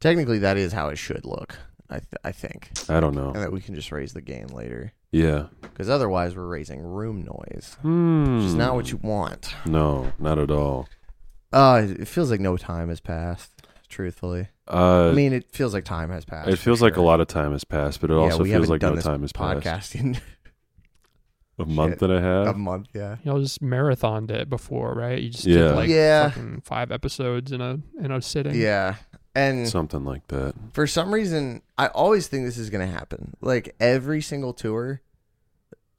Technically, that is how it should look. I th- I think, I don't know. and that we can just raise the gain later Yeah. because otherwise we're raising room noise, Hmm. which is not what you want. No, not at all. Uh, it- it feels like no time has passed. Truthfully, Uh, I mean, it feels like time has passed. it for feels like a sure. lot of time has passed, but it also we feels haven't like done no this time has passed. podcast in A month Shit. and a half. a month. Yeah, Y'all just marathoned it before, right? You just Yeah. did like Yeah. fucking five episodes in a in a sitting. yeah, and Something like that. for some reason, I always think this is gonna happen. Like every single tour,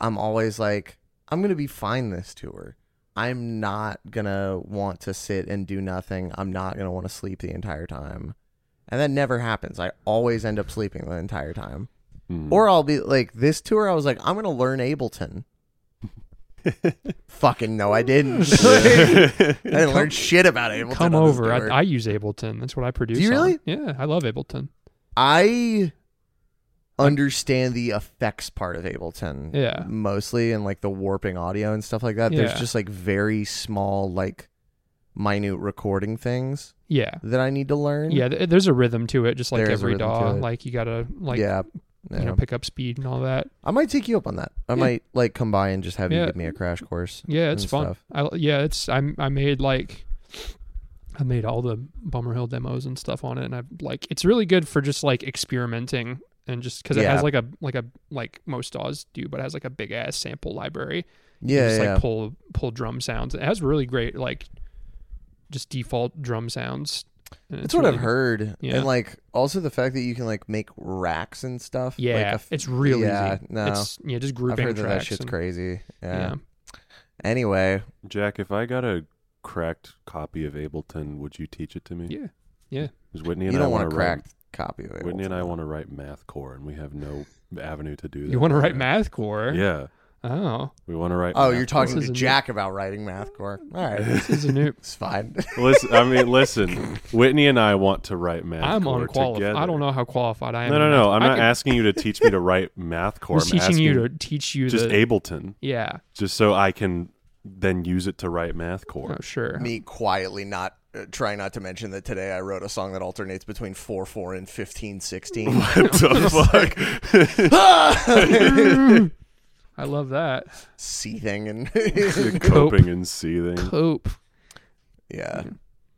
I'm always like, I'm gonna be fine this tour. I'm not gonna want to sit and do nothing. I'm not gonna want to sleep the entire time. And that never happens. I always end up sleeping the entire time. Mm. Or I'll be like, this tour, I was like, I'm gonna learn Ableton. Fucking no, I didn't. I didn't learn shit about Ableton. Come on this over. tour. I, I use Ableton. That's what I produce. you on. really? Yeah, I love Ableton. I understand the effects part of Ableton. Yeah. Mostly and like the warping audio and stuff like that. There's Yeah. just like very small, like minute recording things Yeah, that I need to learn. yeah. Th- there's a rhythm to it, just like There is a every rhythm to DAW. it. Like you gotta like yeah. you Yeah. know pick up speed and all that. I might take you up on that. I Yeah. might like come by and just have you Yeah. give me a crash course. Yeah, it's and fun. stuff. I yeah, it's I I made like I made all the Bummer Hill demos and stuff on it, and I like it's really good for just like experimenting and just because it Yeah. has like a like a like most DAWs do, but it has like a big ass sample library. You Yeah. just yeah. like pull pull drum sounds. It has really great like just default drum sounds. and That's what really- I've heard. Yeah. And like also the fact that you can like make racks and stuff. like, Yeah, a f- it's real yeah, easy. No. It's yeah, just I've grouping heard that, that tracks shit's and- crazy. yeah. Yeah. Anyway, Jack, if I got a cracked copy of Ableton, would you teach it to me? Yeah. Because Whitney you and I don't want want a to write. cracked copy of it. Whitney and I want to write math core, and we have no avenue to do that. You want to right write now. math core? Yeah, Oh, we want to write. Oh, math you're core. talking This to isn't- Jack about writing math core. All right, this is a new. it's fine. listen, I mean, listen. Whitney and I want to write math. I'm core unqualified. Together. I don't know how qualified I am. No, in no, no. math. I'm I not could- asking you to teach me to write math I core. was I'm teaching you to asking teach you just the. Ableton, yeah. just so I can then use it to write math core. Oh, sure. Me quietly not uh, trying not to mention that today I wrote a song that alternates between four four and fifteen sixteen. What the fuck? I love that. Seething and Coping and seething. Cope. yeah,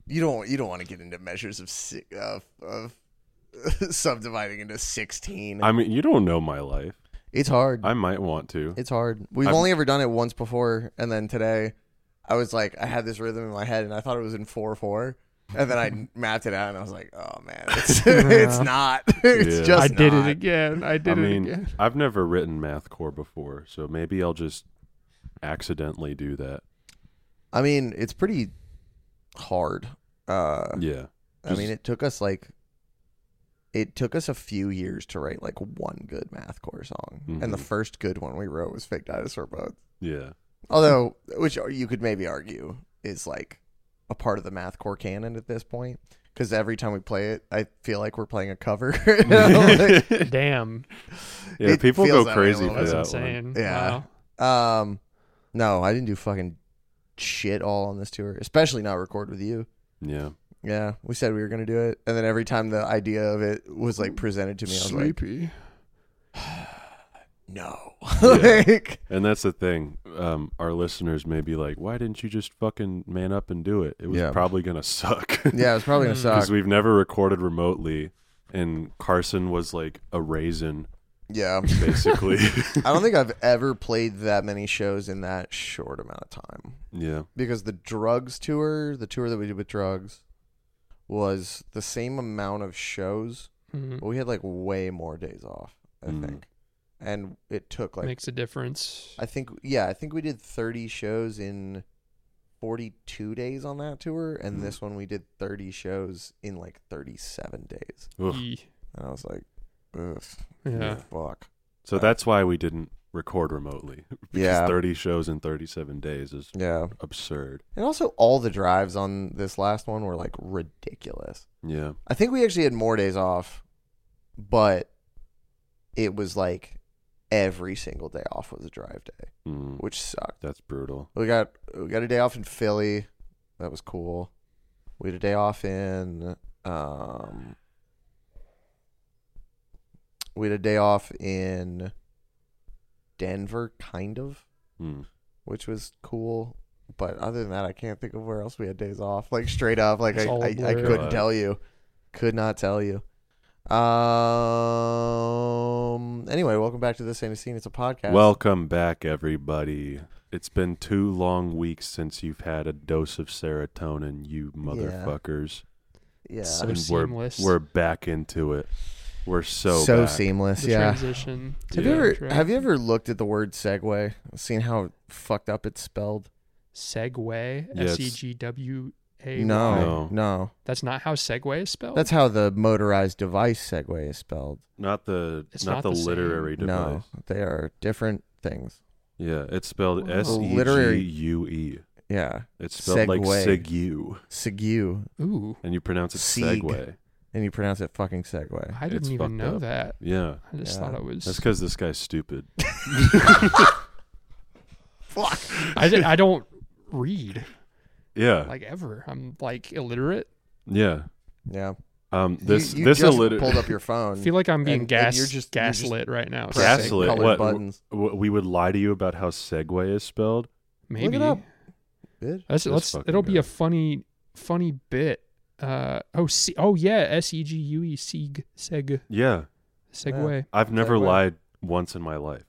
you don't you don't want to get into measures of si- of, of subdividing into sixteen. I mean, you don't know my life. it's hard. I might want to. It's hard. We've I've- only ever done it once before, and then today, I was like, I had this rhythm in my head, and I thought it was in four four, and then I mapped it out, and I was like, oh man, it's, it's not. it's Yeah. just I did not. it again. I did I it mean, again. I've never written math core before, so maybe I'll just accidentally do that. I mean, it's pretty hard. Uh, Yeah. I mean, it took us like. It took us a few years to write like one good mathcore song, and the Mhm. first good one we wrote was "Fake Dinosaur Bones." Yeah. Although, which you could maybe argue is like a part of the mathcore canon at this point, because every time we play it, I feel like we're playing a cover. Like, Damn. Yeah, It people go feels that way a crazy little for bit. That's that one. insane. Yeah. Wow. um, no, I didn't do fucking shit all on this tour, especially not record with you. Yeah. Yeah, we said we were gonna do it, and then every time the idea of it was like presented to me, I was like, Sleepy. no, Yeah. like, And that's the thing. Um, our listeners may be like, why didn't you just fucking man up and do it? It was Yeah. probably going to suck. yeah, it's probably gonna Mm. suck. Because we've never recorded remotely, and Carson was like a raisin, Yeah, basically. I don't think I've ever played that many shows in that short amount of time. yeah. because the drugs tour, the tour that we did with drugs, was the same amount of shows, Mhm. but we had like way more days off, I Mm. think. And it took like Makes a difference. I think yeah, I think we did 30 shows in 42 days on that tour and Mm. this one we did 30 shows in like 37 days. Ugh. Yee. And I was like, ugh, Yeah. fuck. So that's why we didn't record remotely. Because Yeah. 30 shows in 37 days is Yeah. absurd. And also all the drives on this last one were like ridiculous. Yeah. I think we actually had more days off, but it was like every single day off was a drive day, Mm, which sucked. that's brutal. We got we got a day off in Philly, that was cool. We had a day off in um, We had a day off in Denver, kind of, Hmm. which was cool. But other than that, I can't think of where else we had days off. Like straight up, like I, It's all I, I blurred. couldn't God. tell you, could not tell you. Um. Anyway, welcome back to this ain't a scene. It's a podcast. Welcome back, everybody. It's been two long weeks since you've had a dose of serotonin, you motherfuckers. yeah, so And we're- seamless. We're back into it. We're so so, back. seamless. the Yeah. transition. to Have the you ever intro. have you ever looked at the word segue, seen how fucked up it's spelled? Segway? Yeah, it's- S e g w a. No, No. no. that's not how Segway is spelled. That's how the motorized device segue is spelled. Not the It's not, not the, the same. literary device. No, they are different things. Yeah, it's spelled Wow. S E G Literary- U E. Yeah, It's spelled like Segue. segue, segue, ooh. and you pronounce it Sieg. segue. and you pronounce it fucking segue. I didn't It's fucked even know up. that. Yeah, I just Yeah. thought it was. that's because this guy's stupid. Fuck. I, did, I don't read Yeah, like ever. I'm like illiterate. yeah. Yeah. Um, You- this you, this just illiter- pulled up your I phone. feel like I'm being and gas, you're just- you're just gaslit right now. pressing Segway. Gaslit. Colored What- buttons. w- we would lie to you about how segue is spelled. Maybe. Look it up. Good. Let's, This let's fucking it'll be guy. a funny funny bit. Uh oh see oh yeah, S E G U E seg seg Yeah, segue. I've never Segue. lied once in my life.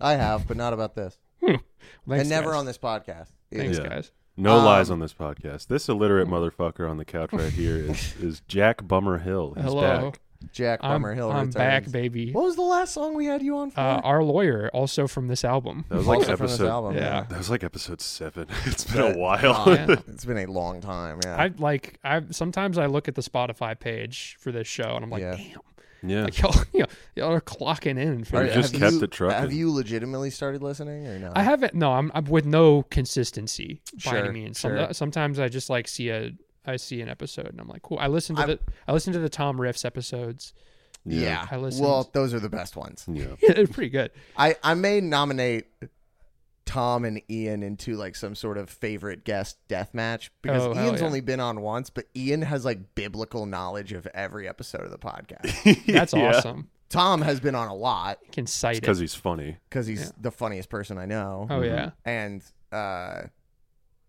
I have, but not about this, Thanks, and never guys. on this podcast. Thanks Yeah. guys. No Um, lies on this podcast. This illiterate motherfucker on the couch right here is, is Jack Bummer Hill. He's Hello. back. Jack I'm, Bummer Hill. I'm returns. back, baby. What was the last song we had you on for? Uh, our lawyer, also from this album. That was like Also from this episode. album, Yeah. That was like episode seven. It's been That- a while. Oh, Yeah. It's been a long time. Yeah. I like I sometimes I look at the Spotify page for this show and I'm like, Yeah. damn, yeah, like y'all, you know, y'all are clocking in for Are- this. just have kept you, it trucking. Have you legitimately started listening or not? I haven't. No, I'm, I'm with no consistency by any Sure, means. sure. Some- sometimes I just like see a I see an episode and I'm like, cool. I listen to I- the I listen to the Tom Riffs episodes. Yeah. I listened. Well, those are the best ones. Yeah. Yeah, they're pretty good. I I may nominate Tom and Ian into like some sort of favorite guest death match because Oh, hell Ian's yeah. only been on once, but Ian has like biblical knowledge of every episode of the podcast. That's Yeah. awesome. Tom has been on a lot You can cite Because it. he's funny. because he's Yeah. the funniest person I know. Oh yeah. And uh,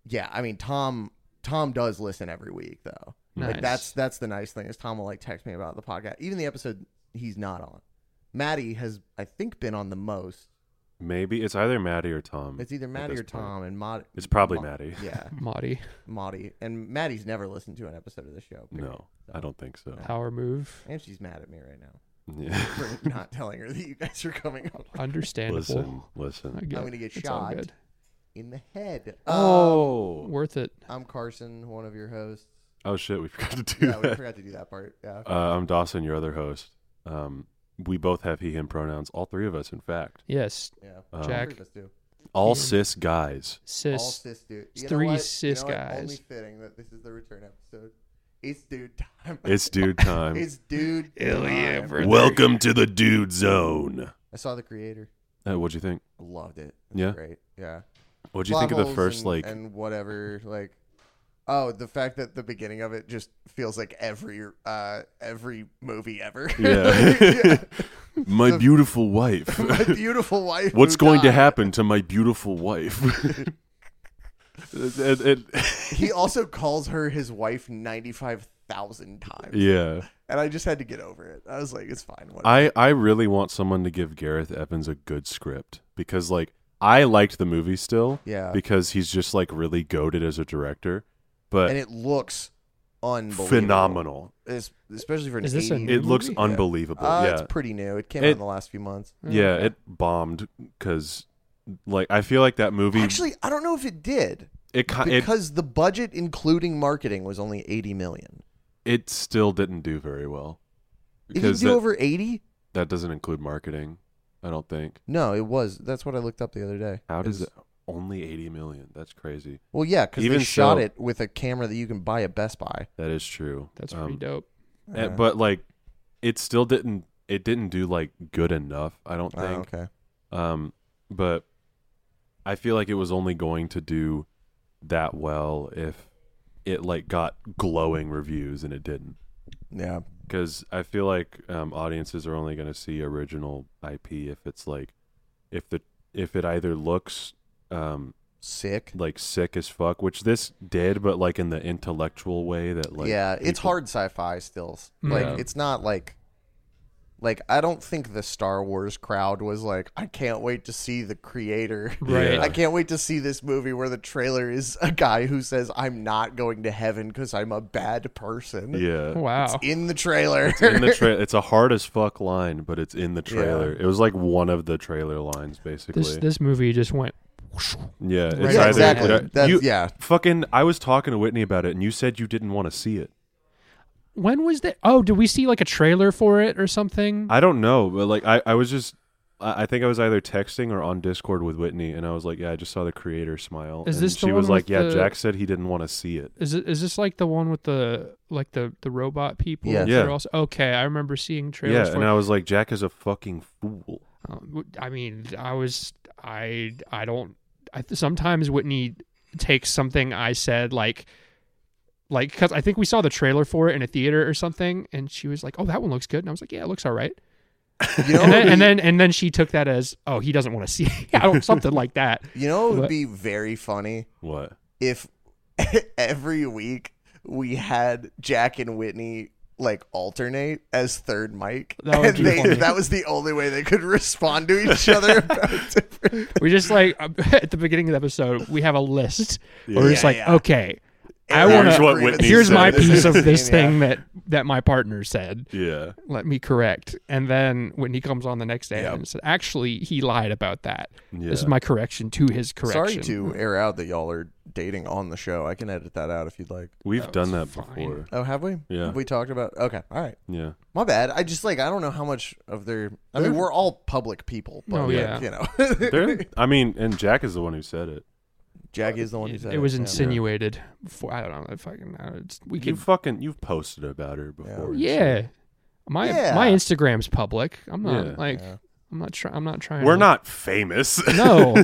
yeah, I mean Tom Tom does listen every week though. Nice. Like that's that's the nice thing is Tom will like text me about the podcast, even the episode he's not on. Maddie has I think been on the most. Maybe it's either Maddie or Hmm. Tom. It's either at Maddie this or point. Tom, and Mod. It's probably Mo- Maddie. Yeah, Marty Maddie, and Maddie's never listened to an episode of the show. period. No, I don't think so. power move. And she's mad at me right now Yeah. for not telling her that you guys are coming up. Understandable. Listen, listen. I get I'm it. gonna get It's all shot. good. In the head. Um, Oh. Worth it. I'm Carson, one of your hosts. Oh shit, we forgot to do Yeah, we that. forgot to do that part. Yeah. Uh, I'm Dawson, your other host. Um, we both have he/him pronouns. All three of us, in fact. Yes. Yeah. Um, Uh, Jack. Three of us do. All Ian. cis guys. Sis. All cis dude. You it's know three what? You cis know what? guys. Only fitting that this is the return episode. It's dude time. It's dude time. It's dude. Hell yeah, time. bro. Welcome to the dude zone. I saw the creator. Uh, what'd you think? Loved it. It was Yeah? Great. Yeah. What'd you plot think of the holes first and, like? and whatever like oh the fact that the beginning of it just feels like every uh every movie ever Yeah. my beautiful wife. my beautiful wife What's who going to died. happen to my beautiful wife? It- it- it- he also calls her his wife 95,000 times yeah, and I just had to get over it I was like it's fine whatever. I I really want someone to give Gareth Evans a good script because like I liked the movie still yeah because he's just like really goaded as a director, but and it looks unbelievable phenomenal. Es- especially for an Is this a 80 new- It looks movie? Yeah. unbelievable. uh, yeah, it's pretty new it came It- out in the last few months yeah, it bombed because like I feel like that movie actually I don't know if it did it ki- Uh, it because the budget including marketing was only 80 million it still didn't do very well it didn't because do that, over 80 that doesn't include marketing. I don't think. no it was that's what i looked up the other day How does was- it only 80 million? That's crazy. well yeah because they Even shot so- it with a camera that you can buy at best buy Uh, That is true. That's Um, pretty dope. eh, But like it still didn't it didn't do like good enough, I don't Oh, think. okay Um but I feel like it was only going to do that well if it like got glowing reviews and it didn't. yeah because I feel like um, audiences are only going to see original IP if it's like if the if it either looks um, Sick. like sick as fuck, which this did, but like in the intellectual way that like yeah, it's people- hard sci-fi still. Mm. Like Yeah. it's not like like I don't think the Star Wars crowd was like I can't wait to see the creator. Right. Yeah. I can't wait to see this movie where the trailer is a guy who says I'm not going to heaven cuz I'm a bad person. Yeah, Oh, Wow. In the trailer. in the tra- it's a hard as fuck line, but it's in the trailer. It was like one of the trailer lines, basically. This this movie just went yeah, it's Right. yeah, either, exactly. it- That's, you- yeah. Fucking, I was talking to Whitney about it, and you said you didn't want to see it. When was that? Oh, did we see like a trailer for it or something? I don't know, but like, I, I was just, I, I think I was either texting or on Discord with Whitney, and I was like, yeah, I just saw the creator smile, Is and this the she was one like, with yeah, the- Jack said he didn't want to see it. Is it is this like the one with the like the the robot people? Yeah. that are Yeah. Also, okay, I remember seeing trailers yeah, for. and it. I was like, Jack is a fucking fool. Uh, w- I mean, I was I I don't. I th- sometimes Whitney takes something I said like like because I think we saw the trailer for it in a theater or something, and she was like, "Oh, that one looks good," and I was like, "Yeah, it looks all right." You know, and, then, what and would then and then she took that as, "Oh, he doesn't want to see." it." I don't something like that. be- you know what would What? be very funny What? if every week we had Jack and Whitney like alternate as third mic. That would and be they, funny. that was the only way they could respond to each other about different We just like at the beginning of the episde, we have a list. Where we're just Yeah, like, yeah. okay, I errors, wanna- Here's what grievances, Whitney here's said my this piece of and this yeah. thing that that my partner said. Yeah. Let me correct. And then Whitney comes on the next day Yeah. and said, actually, he lied about that. Yeah. This is my correction to his correction. Sorry to air out that y'all are dating on the show. I can edit that out if you'd like. We've That done was that fine. before. Oh, have we? Yeah. Have we talked about? Okay, all right. Yeah. My bad. I just like I don't know how much of their. I mean, They're- we're all public people, but Oh, like, yeah. you know, They're- I mean, and Jack is the one who said it. Jack is the one who It, said it was yeah. insinuated. Before, I don't know if I can. I don't- it's- we You could. fucking, you've posted about her before. and Yeah. My Yeah. my Instagram's public. I'm not Yeah. like Yeah. I'm not trying. I'm not trying. shit. We're to- not famous. No.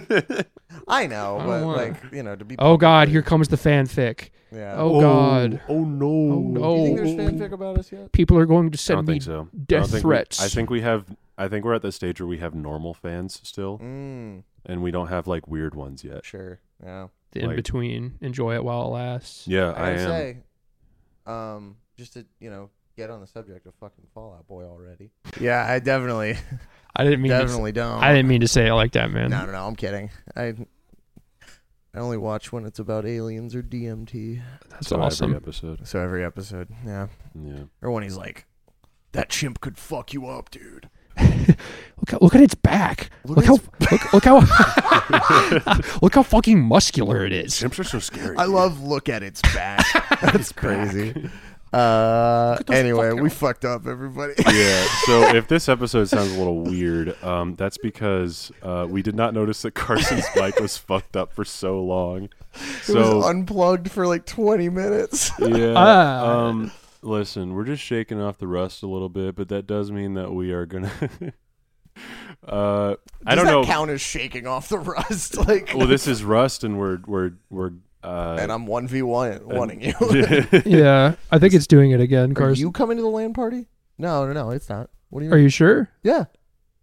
I know, I don't but wanna- like you know, to be. Oh God, publicly- here comes the fanfic. Yeah. Oh, God. Oh no. Oh no. Do you think there's fanfic about us yet? People are going to I don't send me think so. I don't death think we- threats. I think we have. I think we're at the stage where we have normal fans still, Mm, and we don't have like weird ones yet. sure. Yeah. the in like- between. Enjoy it while it lasts. I, Yeah, I, gotta am. say, um, just to you know, get on the subject of fucking Fallout Boy already. Yeah, I definitely, I didn't mean. To, definitely don't. I didn't mean to say it like that, man. No, no, no. I'm kidding. I I only watch when it's about aliens or DMT. That's So every awesome. episode. So every episode, yeah, Yeah. or when he's like, "That chimp could fuck you up, dude." Look, at- look at its back. Look Look, at how look, look how look how fucking muscular it is. Chimps are so scary. I love look at its back. That's crazy. Uh, at those anyway, fucking- we fucked up everybody. Yeah. So if this episode sounds a little weird, um, that's because uh, we did not notice that Carson's bike was fucked up for so long. it So was unplugged for like 20 minutes. yeah. Ah. um, listen, we're just shaking off the rust a little bit, but that does mean that we are gonna. Does uh, I don't that know. Count as shaking off the rust, like, well, this is rust, and we're we're we're. Uh, and I'm one v one wanting you. Yeah, I think it's doing it again, Are Carson. you coming to the land party? No, no, no, it's not. What do you? Are mean? you sure? yeah,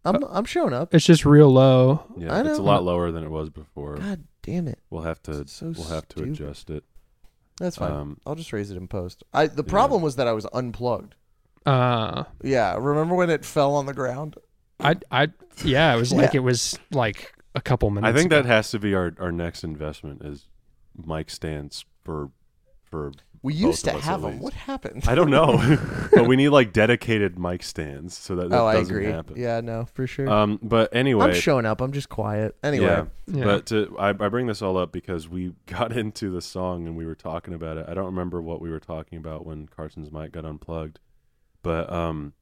Uh, I'm I'm showing up. It's just real low. yeah, I it's a don't- lot lower than it was before. God damn it, We'll have to so we'll have to stupid. adjust it. that's fine. Um, I'll just raise it in post. I the Yeah. problem was that I was unplugged. Uh, Yeah, remember when it fell on the ground? I I yeah, it was like Yeah. it was like a couple minutes. I think ago. that has to be our, our next investment is mic stands for for We Both used of to us, have at them. least. What happened? I don't know, but we need like dedicated mic stands so that, that oh, I doesn't agree. happen. Yeah, no, for sure. Um, but anyway, I'm showing up. I'm just quiet. Anyway, yeah. Yeah. But to, I, I bring this all up because we got into the song and we were talking about it. I don't remember what we were talking about when Carson's mic got unplugged, but um,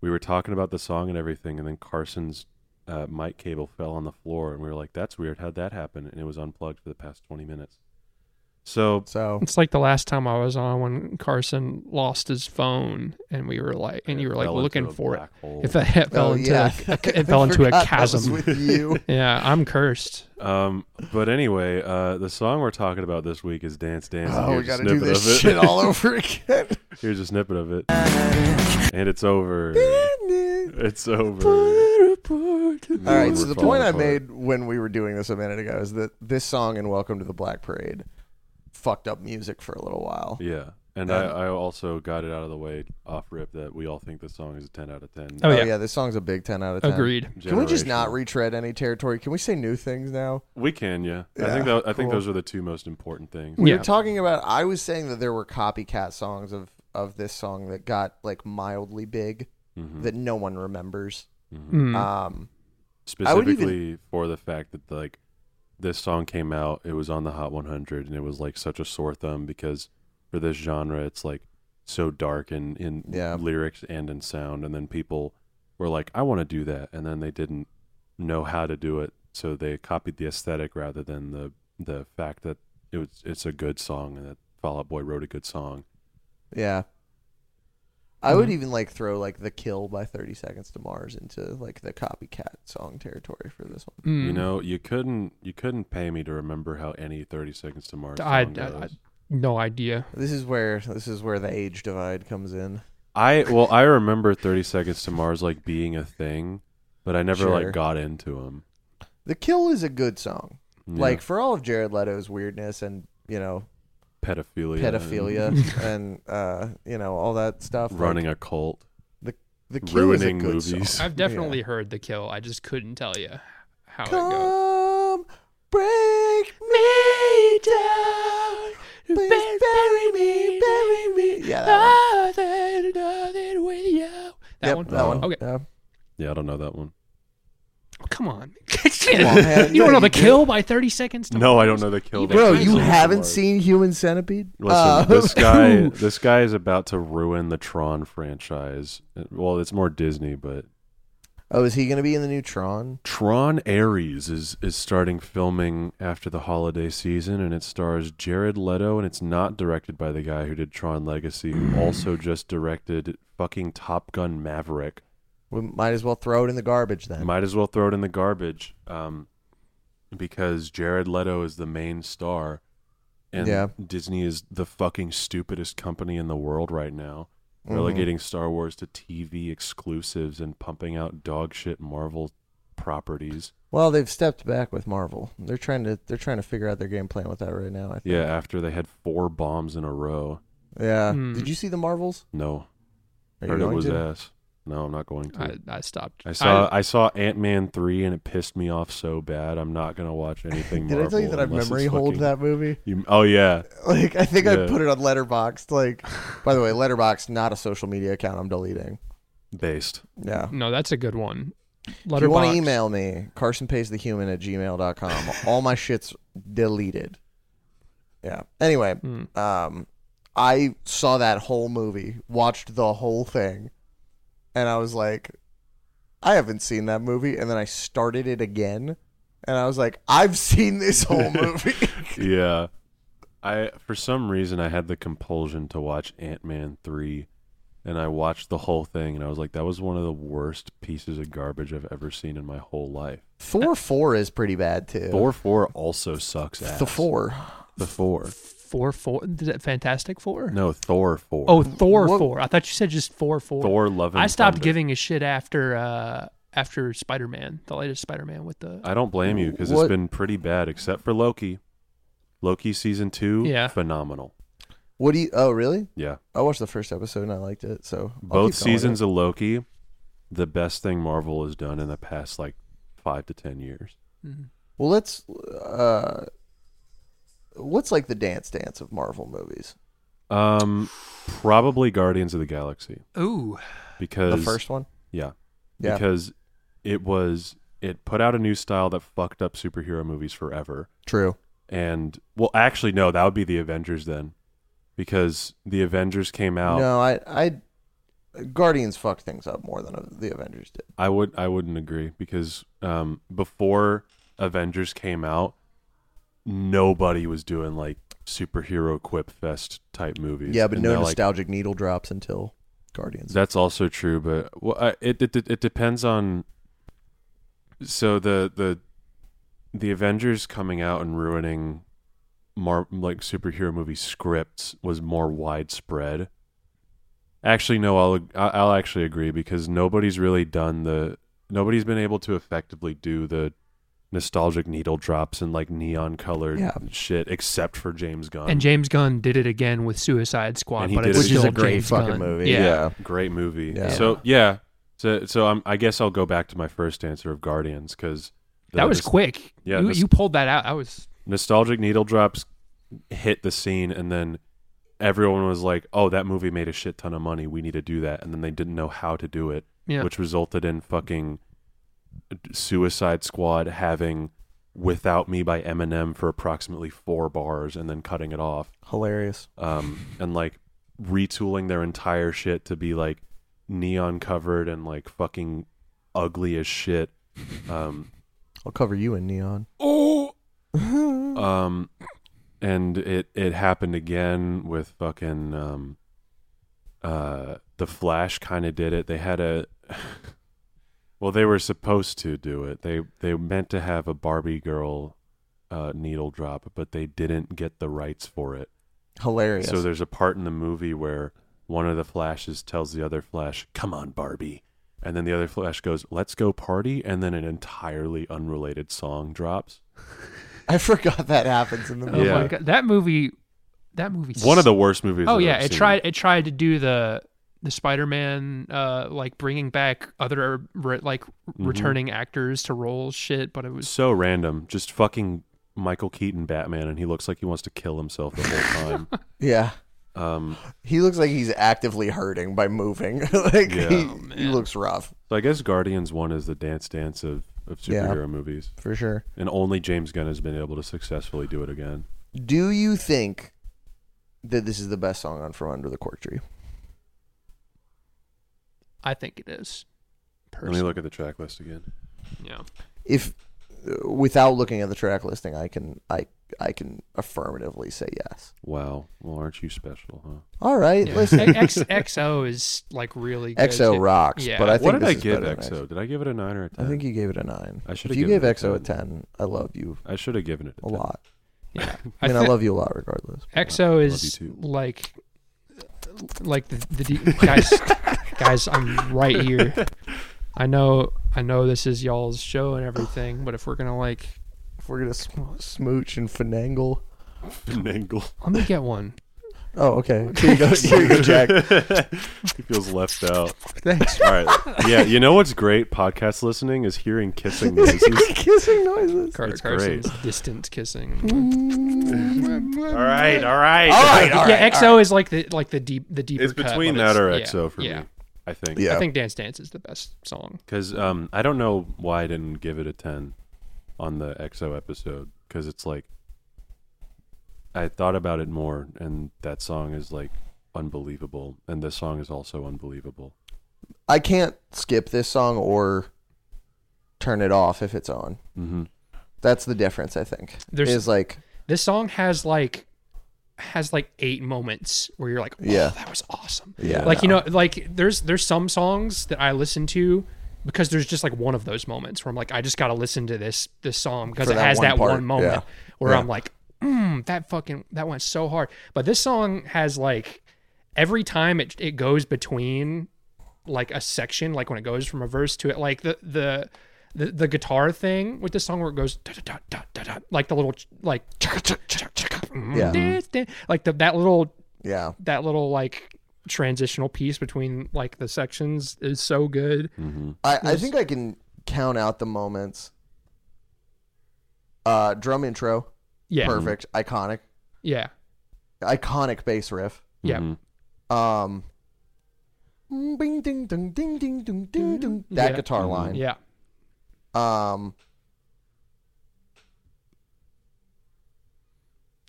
we were talking about the song and everything, and then Carson's uh, mic cable fell on the floor, and we were like, "That's weird. How'd that happen?" And it was unplugged for the past twenty minutes. So so It's like the last time I was on when Carson lost his phone, and we were like, and you were like fell into looking a for it. black hole. If it fell oh, into, yeah. a, it fell I into a forgot that was chasm. with you. Yeah, I'm cursed. Um, but anyway, uh, the song we're talking about this week is "Dance Dance." and oh, we here's a gotta do snippet this of it. shit all over again. Here's a snippet of it. Attic. and it's over. It's over. All All right. We're So the falling point I apart. made when we were doing this a minute ago is that this song and "Welcome to the Black Parade" fucked up music for a little while. Yeah. And Yeah. I, I also got it out of the way off rip that we all think this song is a 10 out of 10. Oh, Oh, yeah. yeah. this song's a big ten out of ten. Agreed. Can we just not Generational. retread any territory? Can we say new things now? We can, yeah. I Yeah, think tho- I think cool. those are the two most important things. We Yeah. were talking about. I was saying that there were copycat songs of of this song that got like mildly big Mhm, that no one remembers. mhm. Mm. Um, I would even- Specifically for the fact that like this song came out, it was on the Hot 100, and it was like such a sore thumb because for this genre, it's like so dark in in Yeah. lyrics and in sound, and then people were like, "I want to do that," and then they didn't know how to do it, so they copied the aesthetic rather than the the fact that it was it's a good song and that Fall Out Boy wrote a good song. yeah. I would even like throw like the kill by 30 seconds to Mars into like the copycat song territory for this one. You Mm. know, you couldn't you couldn't pay me to remember how any 30 Seconds to Mars. I- song I- goes. No idea. This is where this is where the age divide comes in. I well, I remember Thirty Seconds to Mars like being a thing, but I never Sure. like got into them. The kill is a good song. Like for all of Jared Leto's weirdness and, you know, pedophilia, and pedophilia and uh, you know, all that stuff. like, running a cult. the kill is a ruining good movies. song. I've I've definitely Yeah. heard the kill. I just couldn't tell you how it goes. Come break me down. Please bury me, bury me. Yeah, that Nothing, nothing with you. That Yep, one. That one. Okay. Yeah. Yeah, I don't know that one. Oh, come on. man. you don't know You the do. kill by thirty seconds? to No, I Mars? don't know the kill. Even by Bro, 30 you Seconds to haven't Mars. seen Human Centipede? Listen, Uh, this guy, this guy is about to ruin the Tron franchise. Well, it's more Disney, but oh, is he going to be in the new Tron? Tron Ares is is starting filming after the holiday season, and it stars Jared Leto, and it's not directed by the guy who did Tron Legacy, who also just directed fucking Top Gun Maverick. We might as well throw it in the garbage then. Might as well throw it in the garbage, um, because Jared Leto is the main star, and Yeah. Disney is the fucking stupidest company in the world right now, Mhm. relegating Star Wars to TV exclusives and pumping out dog shit Marvel properties. Well, they've stepped back with Marvel. They're trying to they're trying to figure out their game plan with that right now. I think. Yeah, after they had four bombs in a row. Yeah. Hmm. Did you see the Marvels? No, Are you heard it going was to? ass. No, I'm not going to. I, I, I stopped. saw I, saw Ant Man three and it pissed me off so bad. I'm not gonna watch anything. Did I tell you Marvel that I unless it's memory holed fucking- that movie? You, oh yeah, Like I think I Yeah. put it on Letterboxd. Like, by the way, Letterboxd not a social media account. I'm deleting. based. Yeah. No, that's a good one. If you want Letterboxd. to email me, carsonpaysthehuman at gmail.com. All my shit's deleted. Yeah. Anyway, Hmm. um, I saw that whole movie, watched the whole thing, and I was like, I haven't seen that movie. And then I started it again, and I was like, I've seen this whole movie. Yeah, I for some reason I had the compulsion to watch Ant Man three, and I watched the whole thing and I was like, that was one of the worst pieces of garbage I've ever seen in my whole life. Thor 4 is pretty bad, too. Thor four also sucks ass. The 4. The four. four four. Is that Fantastic Four? No, Thor four. Oh, Thor What- four. I thought you said just four four. Thor Love. and I stopped Thunder. giving a shit after uh after Spider Man, the latest Spider Man with the. I don't blame you because it's What- been pretty bad, except for Loki. Loki season two, Yeah. phenomenal. What do you. Oh, really? Yeah, I watched the first episode and I liked it. So I'll both keep going with it. seasons of Loki, the best thing Marvel has done in the past like five to ten years. Well, let's. Uh, what's like the dance dance of Marvel movies? Um, probably Guardians of the Galaxy Ooh, because The first one. yeah, Yeah. because it was it put out a new style that fucked up superhero movies forever. True. And well, actually, no, that would be the Avengers then, because the Avengers came out. No, I, I, Guardians fucked things up more than the Avengers did. I would I wouldn't agree because um, before Avengers came out, nobody was doing like superhero quip fest type movies. Yeah, but And no they're like- nostalgic needle drops until Guardians. that's also true, but well, I, it, it it depends on. So the the the Avengers coming out and ruining mar like superhero movie scripts was more widespread, Actually, no, I'll I- I'll actually agree because nobody's really done the nobody's been able to effectively do the nostalgic needle drops and like neon colored Yeah. shit except for James Gunn. and James Gunn did it again with Suicide Squad, And he but did it's it which is still a great James fucking Gunn. movie. Yeah. great movie. Yeah. So yeah, so so I'm, I guess I'll go back to my first answer of Guardians because that was quick. yeah, you, this- you pulled that out. That was nostalgic needle drops hit the scene and then everyone was like oh that movie made a shit ton of money we need to do that and then they didn't know how to do it yeah. which resulted in fucking suicide squad having without me by eminem for approximately four bars and then cutting it off Hilarious. um, and like retooling their entire shit to be like neon covered and like fucking ugly as shit um, I'll cover you in neon. oh, Um, and it it happened again with fucking um, uh, the Flash kind of did it. They had a, well, they were supposed to do it. They they meant to have a Barbie girl, uh, needle drop, but they didn't get the rights for it. Hilarious. So there's a part in the movie where one of the flashes tells the other flash, "Come on, Barbie." And then the other flash goes, "Let's go party," and then an entirely unrelated song drops. I forgot that happens in the oh movie. Yeah. my god, that movie, that movie. One of the worst movies. Oh I've yeah, ever it seen. tried it tried to do the the Spider-Man uh like bringing back other re- like Mm-hmm. returning actors to roles shit, but it was so random. Just fucking Michael Keaton Batman, and he looks like he wants to kill himself the whole time. Yeah. um, He looks like he's actively hurting by moving. like Yeah. he, Oh, he man. looks rough so I guess Guardians One is the dance dance of of Yeah. superhero movies, for sure. and only James Gunn has been able to successfully do it again. Do you think that this is the best song on From Under the Cork Tree? I think it is. Let me Personally, look at the track list again. yeah. If uh, without looking at the track listing, I can I I can affirmatively say yes. Wow. Well, aren't you special, huh? All right, yeah. listen. E, X, XO is like really good XO too. rocks, Yeah. but I think what did this I is give better than EXO? Did I give it a nine or a ten? I think you gave it a nine. I should've If you gave given it a EXO a ten. I love you I should have given it a a 10. lot. Yeah. I mean, I thi- love you a lot, regardless. XO you is too. like like the, the D- guys guys I'm right here. I know I know this is y'all's show and everything, but if we're gonna like If we're gonna sm- smooch and finagle. Finagle. let me get one. Oh, okay. Here you go, here you go Jack. he feels left out. Thanks. All right. Yeah. You know what's great? Podcast listening is hearing kissing noises. Kissing noises. Car- It's Mm-hmm. Carson's distant kissing. All right, all right. Mm-hmm. All right, all right. yeah, XO is like the like the deep the deeper. It's cut, between but that or it's- yeah, EXO for yeah. me, I think. Yeah. I think Dance Dance is the best song. Because um, I don't know why I didn't give it a 10 on the EXO episode. Because it's like, I thought about it more, and that song is like unbelievable. And this song is also unbelievable. I can't skip this song or turn it off if it's on. Mm-hmm. That's the difference, I think. There's- is like This song has like has like eight moments where you're like, oh, Yeah. that was awesome. yeah, like you know like there's there's some songs that i listen to because there's just like one of those moments where i'm like i just gotta listen to this this song because For it that has one that part, one moment yeah, where yeah. i'm like mm, that fucking that went so hard but this song has like every time it, it goes between like a section like when it goes from a verse to it like the the the, the guitar thing with this song where it goes da, da, da, da, da, da, like the little ch- like chaka, chaka, chaka, chaka, mm, Yeah. dance, dance, like the, that little yeah, that little like transitional piece between like the sections is so good. Mm. Mm-hmm. I, I think I can count out the moments. Uh, drum intro, Yeah. perfect, iconic, Yeah. iconic bass riff. Yeah. Mm-hmm. Um, bing, ding, ding, ding, ding, ding, ding, ding, that Yeah. Mm-hmm. guitar line. Yeah. Um,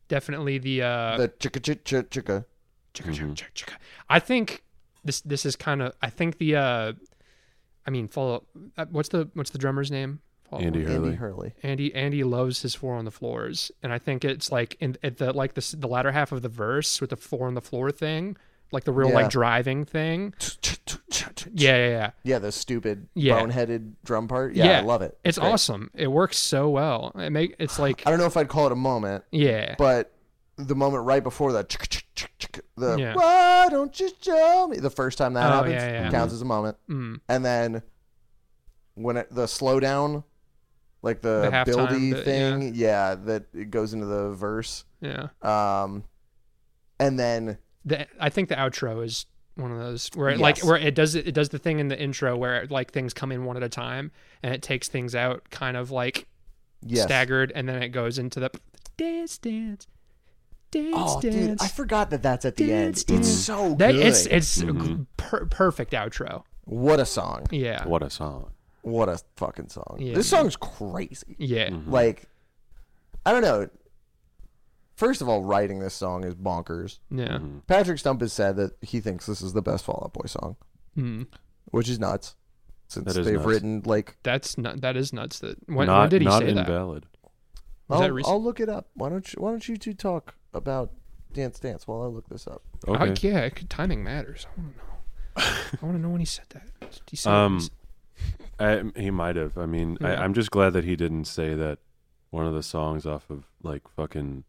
Definitely the uh the chicka chicka chicka chicka. chicka, chicka, chicka, chicka. I think this this is kind of I think the uh I mean follow uh, what's the what's the drummer's name? Follow Andy Andy Hurley. Hurley. Andy Andy loves his four on the floors, and I think it's like in at the like the s- the latter half of the verse with the four on the floor thing, like the real Yeah. like driving thing. Yeah, yeah, yeah. Yeah, the stupid Yeah. boneheaded drum part. Yeah, I Yeah. love it. It's great. awesome. It works so well. It make it's like I don't know if I'd call it a moment, yeah. but the moment right before that, the Yeah. why don't you show me the first time that Oh, happens yeah, yeah. counts as a moment, Mm. and then when it, the slowdown, like the, The halftime buildy bit, thing, yeah. that it goes into the verse, Yeah. um, and then The, I think the outro is one of those where it, like Yes. where it does it does the thing in the intro where it, like things come in one at a time and it takes things out kind of like yes, staggered and then it goes into the dance dance dance oh dude, dance. I forgot that that's at the Dance, end. It's dance. so that good. it's it's a Mhm. per- perfect outro. what a song. Yeah. What a song. What a fucking song. Yeah. This song's crazy. Yeah. Mm-hmm. Like, I don't know. First of all, writing this song is bonkers. Yeah. Mm-hmm. Patrick Stump has said that he thinks this is the best Fall Out Boy song, Mm. which is nuts. Since That is they've nuts. written like, That's not that is nuts that when, not when did he not say in that? ballad. Was that I'll, recent? I'll look it up. Why don't you Why don't you two talk about Dance Dance while I look this up? Okay. I, yeah, it could- timing matters. I want to know. I want to know when he said that. Did he say Um, that? I, he might have. I mean, Yeah. I, I'm just glad that he didn't say that one of the songs off of like fucking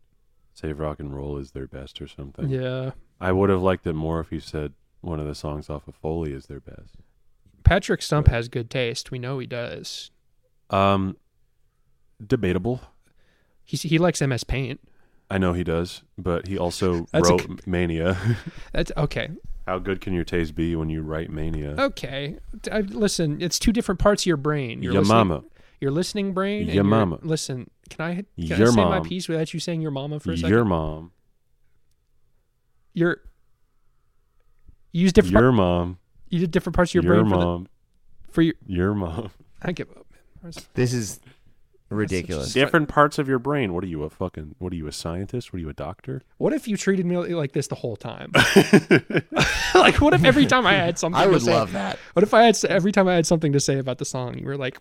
Save Rock and Roll is their best or something. yeah. I would have liked it more if he said one of the songs off of Foley is their best. Patrick Stump has good taste. We know he does. Um, debatable. He he likes MS Paint. I know he does, but he also That's a wrote Mania. That's okay. How good can your taste be when you write Mania? Oh, Okay. D- I- listen, it's two different parts of your brain. Your your listening- mama. Your listening brain. and Your mama. Listen, can I, can I Your say my mom. piece without you saying your mama for a second? Your mom. Your you use different. Your mom. you did different parts of your, Your, brain mom. For, the, for your. Your mom. I give up. I was- This is ridiculous. Different parts of your brain. What are you a fucking? What are you a scientist? What are you a doctor? What if you treated me like this the whole time? like, what if every time I had something? I to would say- love that. What if I had every time I had something to say about the song, you were like,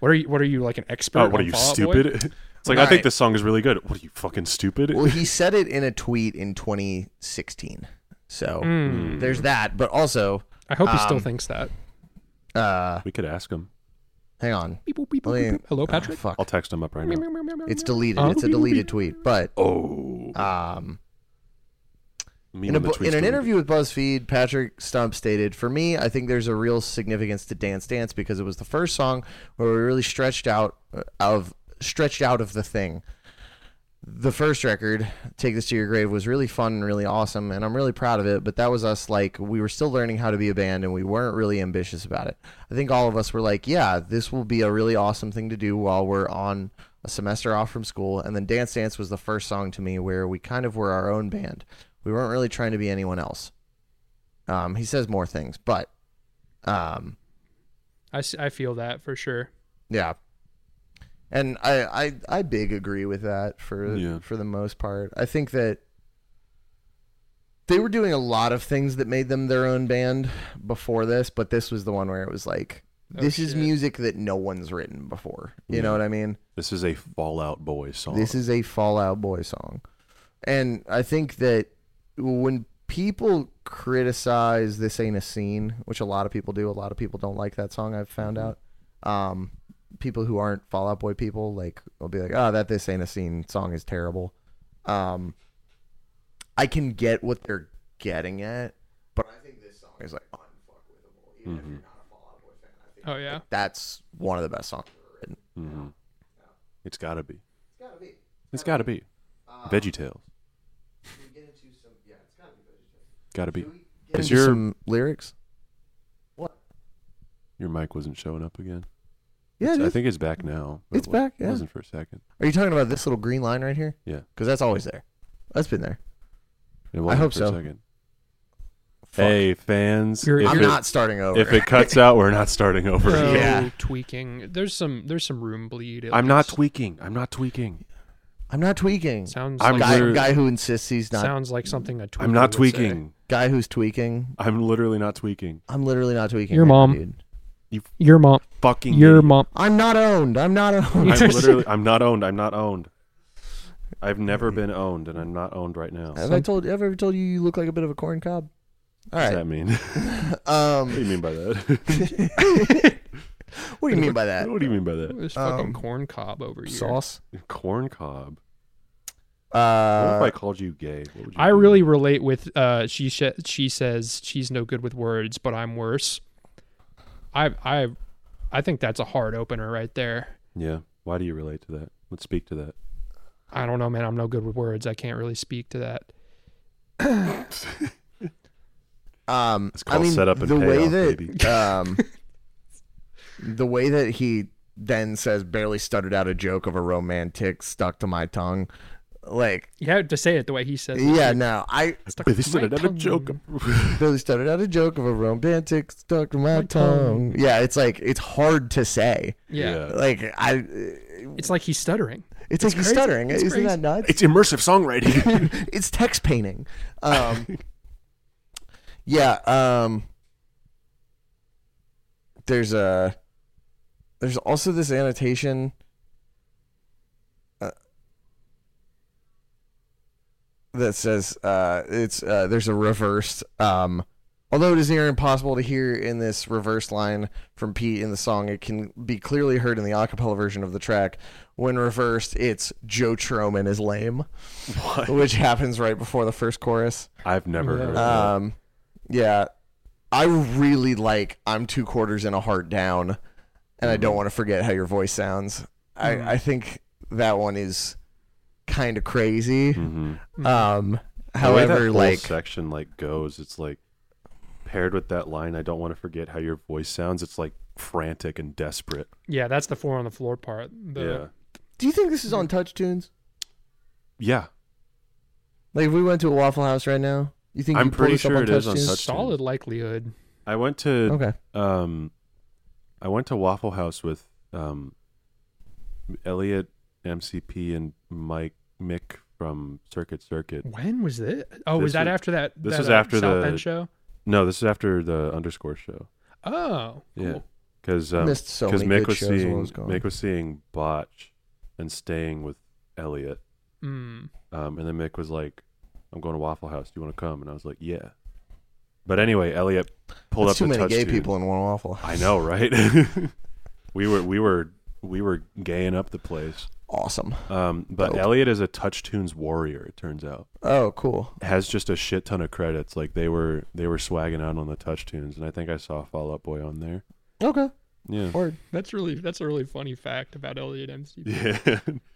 "What are you? What are you like an expert? Oh, what on are you Fall Out Boy?" stupid? It's like I Right. think this song is really good. What are you fucking stupid? Well, he said it in a tweet in 2016. So Oh, hmm. Mm. there's that. But also, I hope he still Um, thinks that. uh, We could ask him. hang on. Beep, boop, beep, boop, Let boop, me- boop. Hello, oh, Patrick. fuck. I'll text him up right Meow, now. meow, meow, meow, meow, It's meow. deleted. Oh. It's a deleted tweet. But Oh, um, Me in, a when the bu- tweet's in an deleted. interview with BuzzFeed, Patrick Stump stated, "For me, I think there's a real significance to Dance Dance because it was the first song where we really stretched out uh, of stretched out of the thing. The first record, Take This to Your Grave, was really fun and really awesome, and I'm really proud of it. But that was us like we were still learning how to be a band, and we weren't really ambitious about it. I think all of us were like, yeah, this will be a really awesome thing to do while we're on." A semester off from school, and then Dance Dance was the first song to me where we kind of were our own band we weren't really trying to be anyone else. Um, he says more things, but um, I, s- I feel that for sure. yeah. And I, I I big agree with that for Yeah. for the most part. I think that they were doing a lot of things that made them their own band before this, but this was the one where it was like Oh, this is shit. music that no one's written before. You Yeah. know what I mean? This is a Fallout Boy song. This is a Fallout Boy song. And I think that when people criticize this ain't a scene, which a lot of people do, a lot of people don't like that song, I've found out. Mm-hmm. Um, people who aren't Fallout Boy people, like, will be like, oh, that this ain't a scene song is terrible. Um, I can get what they're getting at, but I think this song is like unfuckwithable, even if you're not a Fallout Boy fan. I think Oh yeah. that's one of the best songs ever written. Mhm. It's gotta be. It's gotta be. Uh, It's gotta be. Veggie Tales. Can we get into some? Yeah, it's gotta be vegetarian. Gotta be. Should we get Is into your- some lyrics? What? Your mic wasn't showing up again. Yeah, I dude. think it's back now. but It's it wa- back, yeah. Wasn't for a second. Are you talking about this little green line right here? Yeah. Because that's always there. That's been there. It wasn't hope for so. A second. Fuck. Hey fans, You're- if I'm it, not starting over. If it cuts out, we're not starting over. Oh, Yeah. Tweaking. There's some. There's some room bleed. at I'm not least. tweaking. I'm not tweaking. I'm not tweaking. sounds. I'm like, guy, literally- guy who insists he's not. sounds like something a tweaker I'm not would say. tweaking. guy who's tweaking. I'm literally not tweaking. I'm literally not tweaking. Your right now, mom. dude. Your mom. Fucking Your idiot. mom. I'm not owned. I'm not owned. I'm literally. I'm not owned. I'm not owned. I've never been owned, and I'm not owned right now. What have I told? Have I ever told you you look like a bit of a corn cob? All does right. that mean? what Um. do you mean by that? What do you mean by that? uh, what do you mean by that? This fucking Um, corn cob over here. Sauce. Corn cob. What if I Uh, called you gay? What would you I do? really relate with uh she sh- she says she's no good with words, but I'm worse. I I I think that's a hard opener right there. Yeah. Why do you relate to that? Let's speak to that. I don't know, man. I'm no good with words. I can't really speak to that. um, It's I called mean, setup and the way payoff, that baby. um, the way that he then says barely stuttered out a joke of a romantic stuck to my tongue, like You have to say it the way he says it. yeah, no, I Stuck They my said another tongue. joke. barely stuttered out a joke of a romantic stuck to my, My tongue. tongue. Yeah, it's like it's hard to say. Yeah. Like I, It's like he's stuttering. it's, like he's crazy. stuttering. It's Isn't crazy. that nuts? It's immersive songwriting. it's text painting. Um, yeah. Um, there's a. There's also this annotation. uh, That says uh, it's uh, there's a reversed. Um, although it is near impossible to hear in this reverse line from Pete in the song, it can be clearly heard in the acapella version of the track. When reversed, it's Joe Troman is lame what? which happens right before the first chorus. I've never heard. that. Um, yeah, I really like "I'm two quarters and a heart down," and I don't want to forget how your voice sounds. Mhm. I I think that one is kind of crazy. Mhm. Um, The way that however, whole like section like goes, it's like paired with that line. I don't want to forget how your voice sounds. It's like frantic and desperate. Yeah, that's the four on the floor part. The, do you think this is on Touch Tunes? yeah, Like, if we went to a Waffle House right now, you think I'm you could pull pretty this up sure on it Touch is on Tunes? Touch- solid likelihood. yeah. I went to Okay, um, I went to Waffle House with um, Elliot, MCP, and Mike Mick from Circuit Circuit. When was this? Oh, This was that was- after that? this that, was uh, after South the- Bend show. No, this is after the underscore show. Oh, cool. Yeah, because um, missed so because many Mick good was shows while I seeing was gone. Mick was seeing Botch and staying with Elliot, Mm. um, and then Mick was like, "I'm going to Waffle House. Do you want to come?" And I was like, "Yeah." But anyway, Elliot pulled That's up too the many touch gay tune. people in one Waffle House. I know, right? we were we were we were gaying up the place. Awesome. Um, but Dope. Elliot is a Touch Tunes warrior. It turns out Oh, cool. has just a shit ton of credits. Like they were they were swagging out on the Touch Tunes, and I think I saw Fall Out Boy on there. Okay. Yeah, Word. That's really that's a really funny fact about Elliot MC. yeah,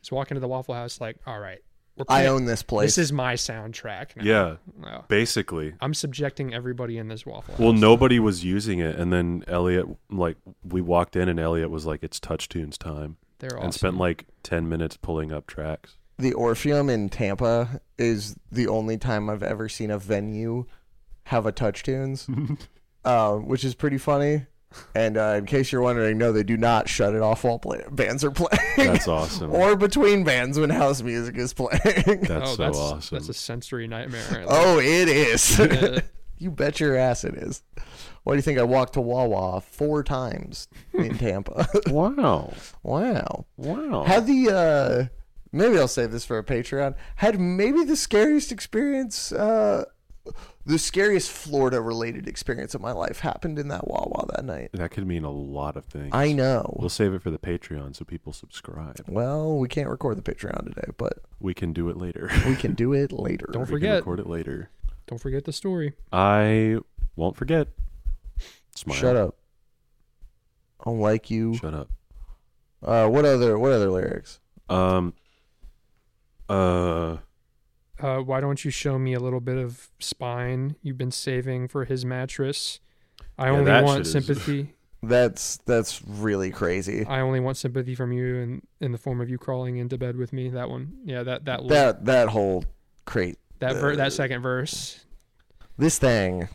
Just walking to the Waffle House, like, all right, we're I playing- own this place. This is my soundtrack. Now. yeah. Wow. Basically, I'm subjecting everybody in this Waffle House. well, nobody was using it, and then Elliot like we walked in, and Elliot was like, "It's Touch Tunes time," They're awesome. and spent like ten minutes pulling up tracks. the Orpheum in Tampa is the only time I've ever seen a venue have a touch tunes, um, which is pretty funny. And uh, in case you're wondering, no, they do not shut it off while play- bands are playing, That's awesome. or between bands when house music is playing. that's oh, so that's awesome. that's a sensory nightmare. oh, it is. Uh, you bet your ass it is. Why do you think I walked to Wawa four times in Tampa? wow, wow. wow. Had the uh maybe I'll save this for a Patreon. Had maybe the scariest experience uh the scariest Florida related experience of my life happened in that Wawa that night. that could mean a lot of things. I know. We'll save it for the Patreon so people subscribe. Well, we can't record the Patreon today, but We can do it later. we can do it later. don't we can forget. record it later. Don't forget the story. I won't forget. Smile. Shut up. I don't like you. Shut up. Uh what other what other lyrics? Um. Uh. Uh, why don't you show me a little bit of spine you've been saving for his mattress? I Yeah, only that shit want is- sympathy. That's that's really crazy. I only want sympathy from you, and in, the form of you crawling into bed with me. That one, yeah, that that li- That uh, that whole crate that ver- that second verse. this thing